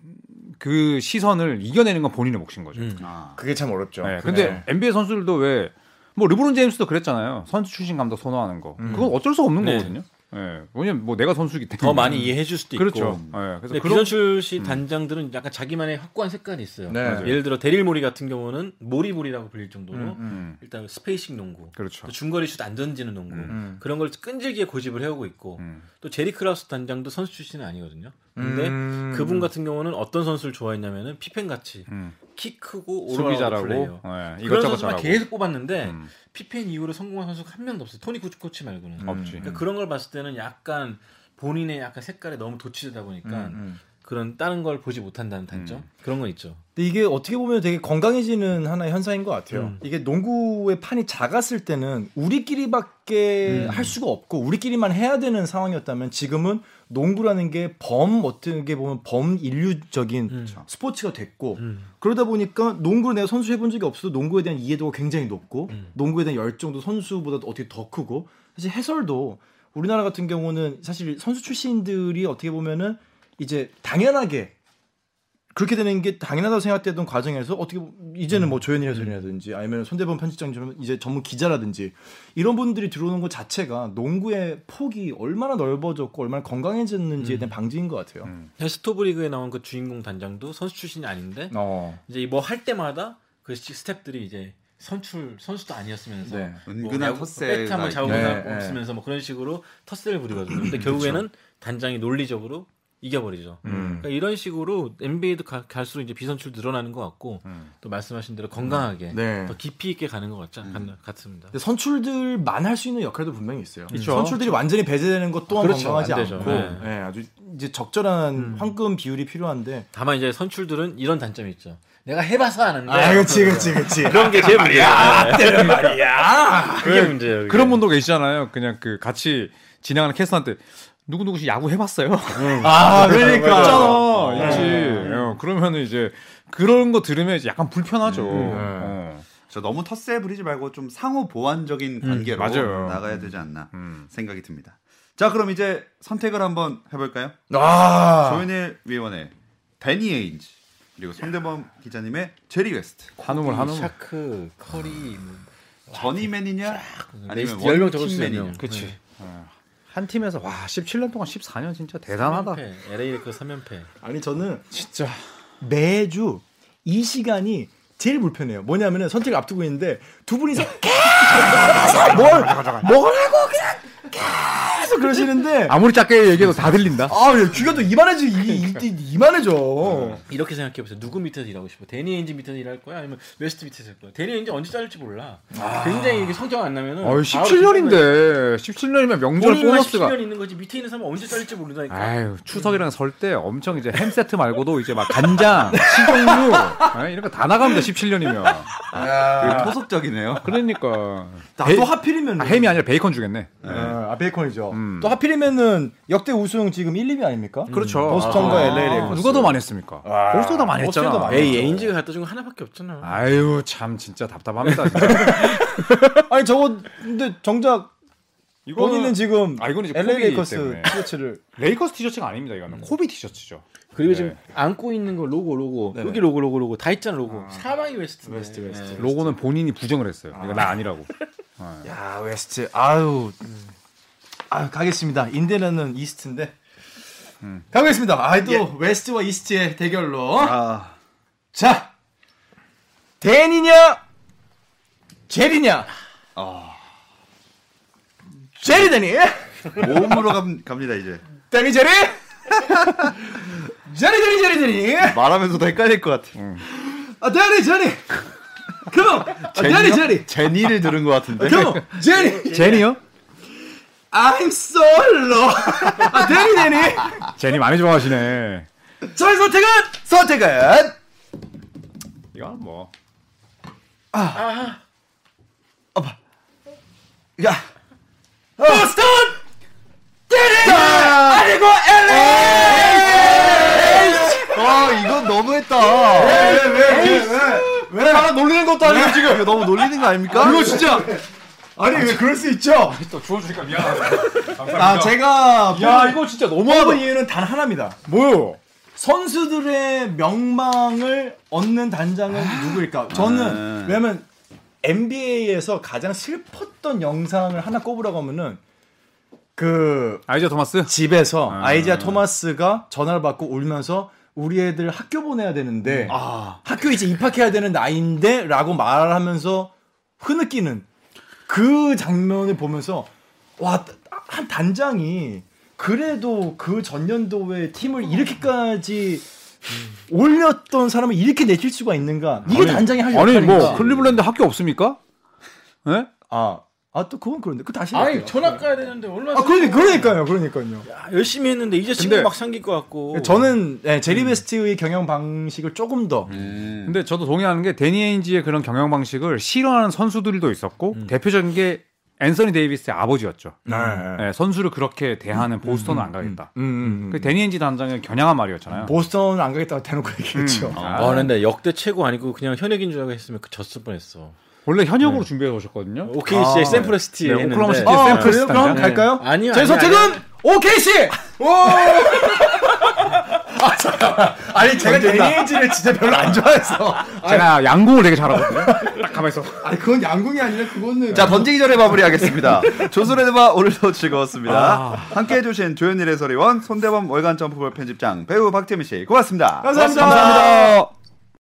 Speaker 4: 그 시선을 이겨내는 건 본인의 몫인 거죠.
Speaker 6: 음.
Speaker 3: 아.
Speaker 5: 그게 참 어렵죠.
Speaker 4: 네, 근데
Speaker 6: 그렇죠.
Speaker 4: NBA 선수들도 왜 뭐 르브론 제임스도 그랬잖아요. 선수 출신 감독 선호하는 거. 그건 어쩔 수 없는
Speaker 6: 네.
Speaker 4: 거거든요. 예. 왜냐면 뭐 내가 선수이기 때문에
Speaker 6: 더 많이 이해해 줄 수도 있고.
Speaker 4: 그렇죠. 예, 그래서
Speaker 6: 근데
Speaker 4: 그런
Speaker 6: 네, 비선출 씨 단장들은 약간 자기만의 확고한 색깔이 있어요.
Speaker 5: 네. 맞아요.
Speaker 6: 예를 들어 데릴 모리 같은 경우는 모리볼이라고 불릴 정도로
Speaker 4: 음,
Speaker 6: 일단 스페이싱 농구,
Speaker 4: 그렇죠.
Speaker 6: 또 중거리 슛 안 던지는 농구
Speaker 5: 음.
Speaker 6: 그런 걸 끈질기게 고집을 해오고 있고
Speaker 4: 음.
Speaker 6: 또 제리 크라우스 단장도 선수 출신은 아니거든요. 근데
Speaker 5: 음.
Speaker 6: 그분 같은 경우는 어떤 선수를 좋아했냐면은 피펜 같이
Speaker 4: 음.
Speaker 6: 키 크고
Speaker 4: 수비
Speaker 6: 오로라
Speaker 4: 잘하고
Speaker 6: 플레이요.
Speaker 4: 예,
Speaker 6: 그런
Speaker 4: 이것저것
Speaker 6: 선수만
Speaker 4: 잘하고
Speaker 6: 계속 뽑았는데
Speaker 4: 음.
Speaker 6: 피펜 이후로 성공한 선수가 한 명도 없어요. 토니 구치 코치 말고는.
Speaker 4: 없지.
Speaker 6: 그러니까 그런 걸 봤을 때는 약간 본인의 약간 색깔에 너무 도취되다 보니까
Speaker 4: 음,
Speaker 6: 그런 다른 걸 보지 못한다는 단점 그런 건 있죠.
Speaker 5: 근데 이게 어떻게 보면 되게 건강해지는 하나의 현상인 것 같아요.
Speaker 6: 음.
Speaker 5: 이게 농구의 판이 작았을 때는
Speaker 6: 음.
Speaker 5: 우리끼리밖에 할 수가 없고 우리끼리만 해야 되는 상황이었다면 지금은 농구라는 게 범 어떻게 보면 범인류적인
Speaker 6: 음.
Speaker 5: 스포츠가 됐고
Speaker 6: 음.
Speaker 5: 그러다 보니까 농구를 내가 선수 해본 적이 없어도 농구에 대한 이해도가 굉장히 높고
Speaker 6: 음.
Speaker 5: 농구에 대한 열정도 선수보다 어떻게 더 크고 사실 해설도 우리나라 같은 경우는 사실 선수 출신들이 어떻게 보면은 이제 당연하게 그렇게 되는 게 당연하다고 생각되던 과정에서 어떻게 보면 이제는 뭐 조현일 해설이라든지 아니면 손대범 편집장처럼 이제 전문 기자라든지 이런 분들이 들어오는 것 자체가 농구의 폭이 얼마나 넓어졌고 얼마나 건강해졌는지에 대한 방지인 것 같아요.
Speaker 6: 스토브리그에 나온 그 주인공 단장도 선수 출신이 아닌데
Speaker 5: 어,
Speaker 6: 이제 뭐 할 때마다 그 스탭들이 이제 선출 선수도 아니었으면서
Speaker 5: 네.
Speaker 3: 은근한 텃세가
Speaker 6: 뭐, 배탐을
Speaker 3: 있-
Speaker 6: 잡으면
Speaker 5: 네, 네.
Speaker 6: 없으면서 뭐 그런 식으로 텃세를 부리거든요. 근데 결국에는 단장이 논리적으로 이겨버리죠. 그러니까 이런 식으로 NBA도 갈수록 이제 비선출 늘어나는 것 같고 또 말씀하신 대로 건강하게
Speaker 5: 네.
Speaker 6: 더 깊이 있게 가는 것 같지 않- 같습니다.
Speaker 5: 근데 선출들만 할 수 있는 역할도 분명히 있어요.
Speaker 4: 그쵸.
Speaker 5: 선출들이 완전히 배제되는 것 또한
Speaker 6: 그렇죠.
Speaker 5: 건강하지
Speaker 6: 안 되죠.
Speaker 5: 않고,
Speaker 6: 네.
Speaker 5: 예, 아주 이제 적절한 황금 비율이 필요한데.
Speaker 6: 다만 이제 선출들은 이런 단점이 있죠. 내가 해봐서 아는데
Speaker 5: 그렇지, 그렇지.
Speaker 6: 그런 게 제일 문제야. 때는 말이야. 그게 문제예요.
Speaker 4: 그런 분도 계시잖아요. 그냥 그 같이 진행하는 캐스터한테 누구 누구씨 야구 해봤어요.
Speaker 5: 아, 그러니까.
Speaker 4: 있잖아. 있지. 예, 그러면 이제 그런 거 들으면 이제 약간 불편하죠. 어.
Speaker 3: 저 너무 텃세 부리지 말고 좀 상호 보완적인 관계로
Speaker 4: 맞아요.
Speaker 3: 나가야 되지 않나
Speaker 4: 음.
Speaker 3: 생각이 듭니다. 자, 그럼 이제 선택을 한번 해볼까요?
Speaker 5: 아.
Speaker 3: 조현일 위원의 데니 에인지 그리고 손대범 기자님의 제리 웨스트
Speaker 4: 한우물 한우물.
Speaker 6: 샤크, 커리, 뭐.
Speaker 3: 전이맨이냐 아니면
Speaker 6: 레이스 네, 열명 적을 수 있는 네.
Speaker 3: 원팀맨이냐
Speaker 6: 명. 그치.
Speaker 4: 한 팀에서 와 17년 동안 14년 진짜 대단하다.
Speaker 6: 3연패. LA 레이커스 3연패.
Speaker 5: 아니, 저는
Speaker 4: 진짜.
Speaker 5: 매주 이 시간이 제일 불편해요. 뭐냐면은 선택을 앞두고 있는데 두 분이서 계속 뭘, 뭐라고 그냥 계속 그러시는데.
Speaker 4: 아무리 작게 얘기해도 다 들린다.
Speaker 5: 아, 야, 귀가 또 이만해져. 이, 이, 이- 이만해져.
Speaker 6: 이렇게 생각해보세요. 누구 밑에서 일하고 싶어? 데니 엔지 밑에서 일할 거야? 아니면 웨스트 밑에서 일 거야? 데니 엔지 언제 잘릴지 몰라. 굉장히 이게 성적 안 나면은.
Speaker 4: 어이
Speaker 6: 바로
Speaker 4: 17년인데 17년이면 명절
Speaker 6: 본인만
Speaker 4: 보너스가
Speaker 6: 17년 있는 거지. 밑에 있는 사람은 언제 잘릴지 모른다니까.
Speaker 4: 아유 추석이랑 설 때 엄청 이제 햄 세트 말고도 이제 막 간장, 식용유 아, 이런 거 다 나갑니다 17년이면 어,
Speaker 3: 되게 토속적이네요.
Speaker 4: 그러니까
Speaker 5: 나
Speaker 4: 베-
Speaker 5: 또 하필이면.
Speaker 4: 아, 햄이 아니라 베이컨 주겠네
Speaker 5: 어, 아, 베이컨이죠.
Speaker 4: 음.
Speaker 5: 또 하필이면은 역대 우승 지금 1, 2위 아닙니까?
Speaker 4: 그렇죠
Speaker 5: 보스턴과 LA 레이커스.
Speaker 4: 누가 더 많이 했습니까 보스턴 더 많이
Speaker 5: 보스턴이 더
Speaker 4: 했잖아
Speaker 5: 많이
Speaker 6: 에이, 엔지가 갖다 준 거 하나밖에 없잖아.
Speaker 4: 아유 참 진짜 답답합니다 진짜.
Speaker 5: 아니 저거 근데 정작 본인은 지금
Speaker 4: 아, 이거는 이제
Speaker 5: LA
Speaker 4: 코비이기
Speaker 5: 레이커스
Speaker 4: 때문에.
Speaker 5: 티셔츠를
Speaker 4: 레이커스 티셔츠가 아닙니다. 이거는 코비 티셔츠죠.
Speaker 6: 그리고
Speaker 4: 네.
Speaker 6: 지금 안고 있는 거 로고 로고
Speaker 5: 네네.
Speaker 6: 여기 로고 로고 로고 다 있잖아 로고 사방이 웨스트 네. 웨스트 웨스트
Speaker 4: 로고는 본인이 부정을 했어요. 이거 나 아니라고.
Speaker 5: 야 웨스트 아유 음. 아 가겠습니다 인디애나는 이스트인데
Speaker 4: 음.
Speaker 5: 가보겠습니다 아또
Speaker 4: 예.
Speaker 5: 웨스트와 이스트의 대결로
Speaker 3: 아,
Speaker 5: 자 데니냐 제리냐
Speaker 4: 아.
Speaker 5: 제리 데니
Speaker 3: 모음으로 감- 갑니다 이제.
Speaker 5: 데니 제리 제리 제리 제리 제리
Speaker 3: 말하면서도 헷갈릴 것 같아.
Speaker 5: 아 제리 제리 그럼 아, 제리 제리
Speaker 3: 제니를 들은 것 같은데.
Speaker 5: 그럼 제리 제니요 I'm solo 아 데니 데니
Speaker 4: 제니 많이 좋아하시네.
Speaker 5: 저의 선택은 선택은
Speaker 4: 이건 뭐
Speaker 5: 야
Speaker 3: 어.
Speaker 5: 보스턴 데리 아니고 LA
Speaker 3: 아 이건 너무했다.
Speaker 5: 왜 하나 놀리는 것도 아니고 지금
Speaker 3: 이거 너무 놀리는 거 아닙니까?
Speaker 5: 이거 진짜 아니 왜 그럴 수 있죠
Speaker 4: 또 주워주니까 미안하다.
Speaker 5: 아 제가
Speaker 4: 야 이거 진짜
Speaker 5: 뽑은
Speaker 4: 너무하다.
Speaker 5: 이유는 단 하나입니다
Speaker 4: 뭐요?
Speaker 5: 선수들의 명망을 얻는 단장은 누구일까? 저는 왜냐면 NBA에서 가장 슬펐던 영상을 하나 꼽으라고 하면은 그
Speaker 4: 아이저 토마스.
Speaker 5: 집에서 아이지아 토마스가 전화를 받고 울면서 우리 애들 학교 보내야
Speaker 4: 음.
Speaker 5: 되는데
Speaker 4: 아.
Speaker 5: 학교 이제 입학해야 되는 나이인데라고 말하면서 흐느끼는 그 장면을 보면서 와 한 단장이 그래도 그 전년도에 팀을 이렇게까지 올렸던 사람을 이렇게 내칠 수가 있는가? 이게 단장이 할
Speaker 4: 아니
Speaker 5: 역할인가?
Speaker 4: 뭐 클리블랜드 학교 없습니까? 예?
Speaker 5: 아, 아 또 그건 그런데 그 다시
Speaker 6: 아니
Speaker 5: 할게요.
Speaker 6: 전학 가야 되는데 얼마나
Speaker 5: 아 그러니 그러니까요, 그러니까요.
Speaker 6: 아, 열심히 했는데 이제 친구 막 생길 것 같고
Speaker 5: 저는 네, 제리베스트의 경영 방식을 조금 더
Speaker 4: 근데 저도 동의하는 게 데니 에인지의 그런 경영 방식을 싫어하는 선수들도 있었고 대표적인 게 앤서니 데이비스의 아버지였죠.
Speaker 5: 네.
Speaker 4: 예, 선수를 그렇게 대하는 보스턴은 안 가겠다.
Speaker 5: 음, 음, 음.
Speaker 4: 그 데니 에인지 단장의 겨냥한 말이었잖아요.
Speaker 5: 보스턴 안 가겠다고 대놓고 얘기했죠.
Speaker 6: 아 근데 역대 최고 아니고 그냥 현역인 줄 알고 했으면 그 졌을 뻔했어
Speaker 4: 원래 현역으로 준비해서 오셨거든요.
Speaker 6: OKC의 샌프란시티
Speaker 4: 네,
Speaker 6: 했는데
Speaker 4: 오클라호마 시티
Speaker 5: 아,
Speaker 4: 샌프란시스
Speaker 5: 그래요? 그럼
Speaker 4: 단장?
Speaker 5: 갈까요?
Speaker 6: 네. 아니요,
Speaker 5: 제
Speaker 6: 아니요,
Speaker 5: 선택은 OKC. 오. 아 잠깐만. 아니 제가 데니엔지를 진짜 별로 안 좋아해서.
Speaker 4: 제가 양궁을 되게 잘하거든요. 딱 가만있어.
Speaker 5: 아니 그건 양궁이 아니라 그거는.
Speaker 3: 자 던지기 전에 마무리하겠습니다. 조선의 대바 오늘도 즐거웠습니다. 함께해 주신 조현일 해설위원, 손대범 월간 점프볼 편집장, 배우 박재민 씨 고맙습니다.
Speaker 4: 어,
Speaker 5: 감사합니다. 감사합니다.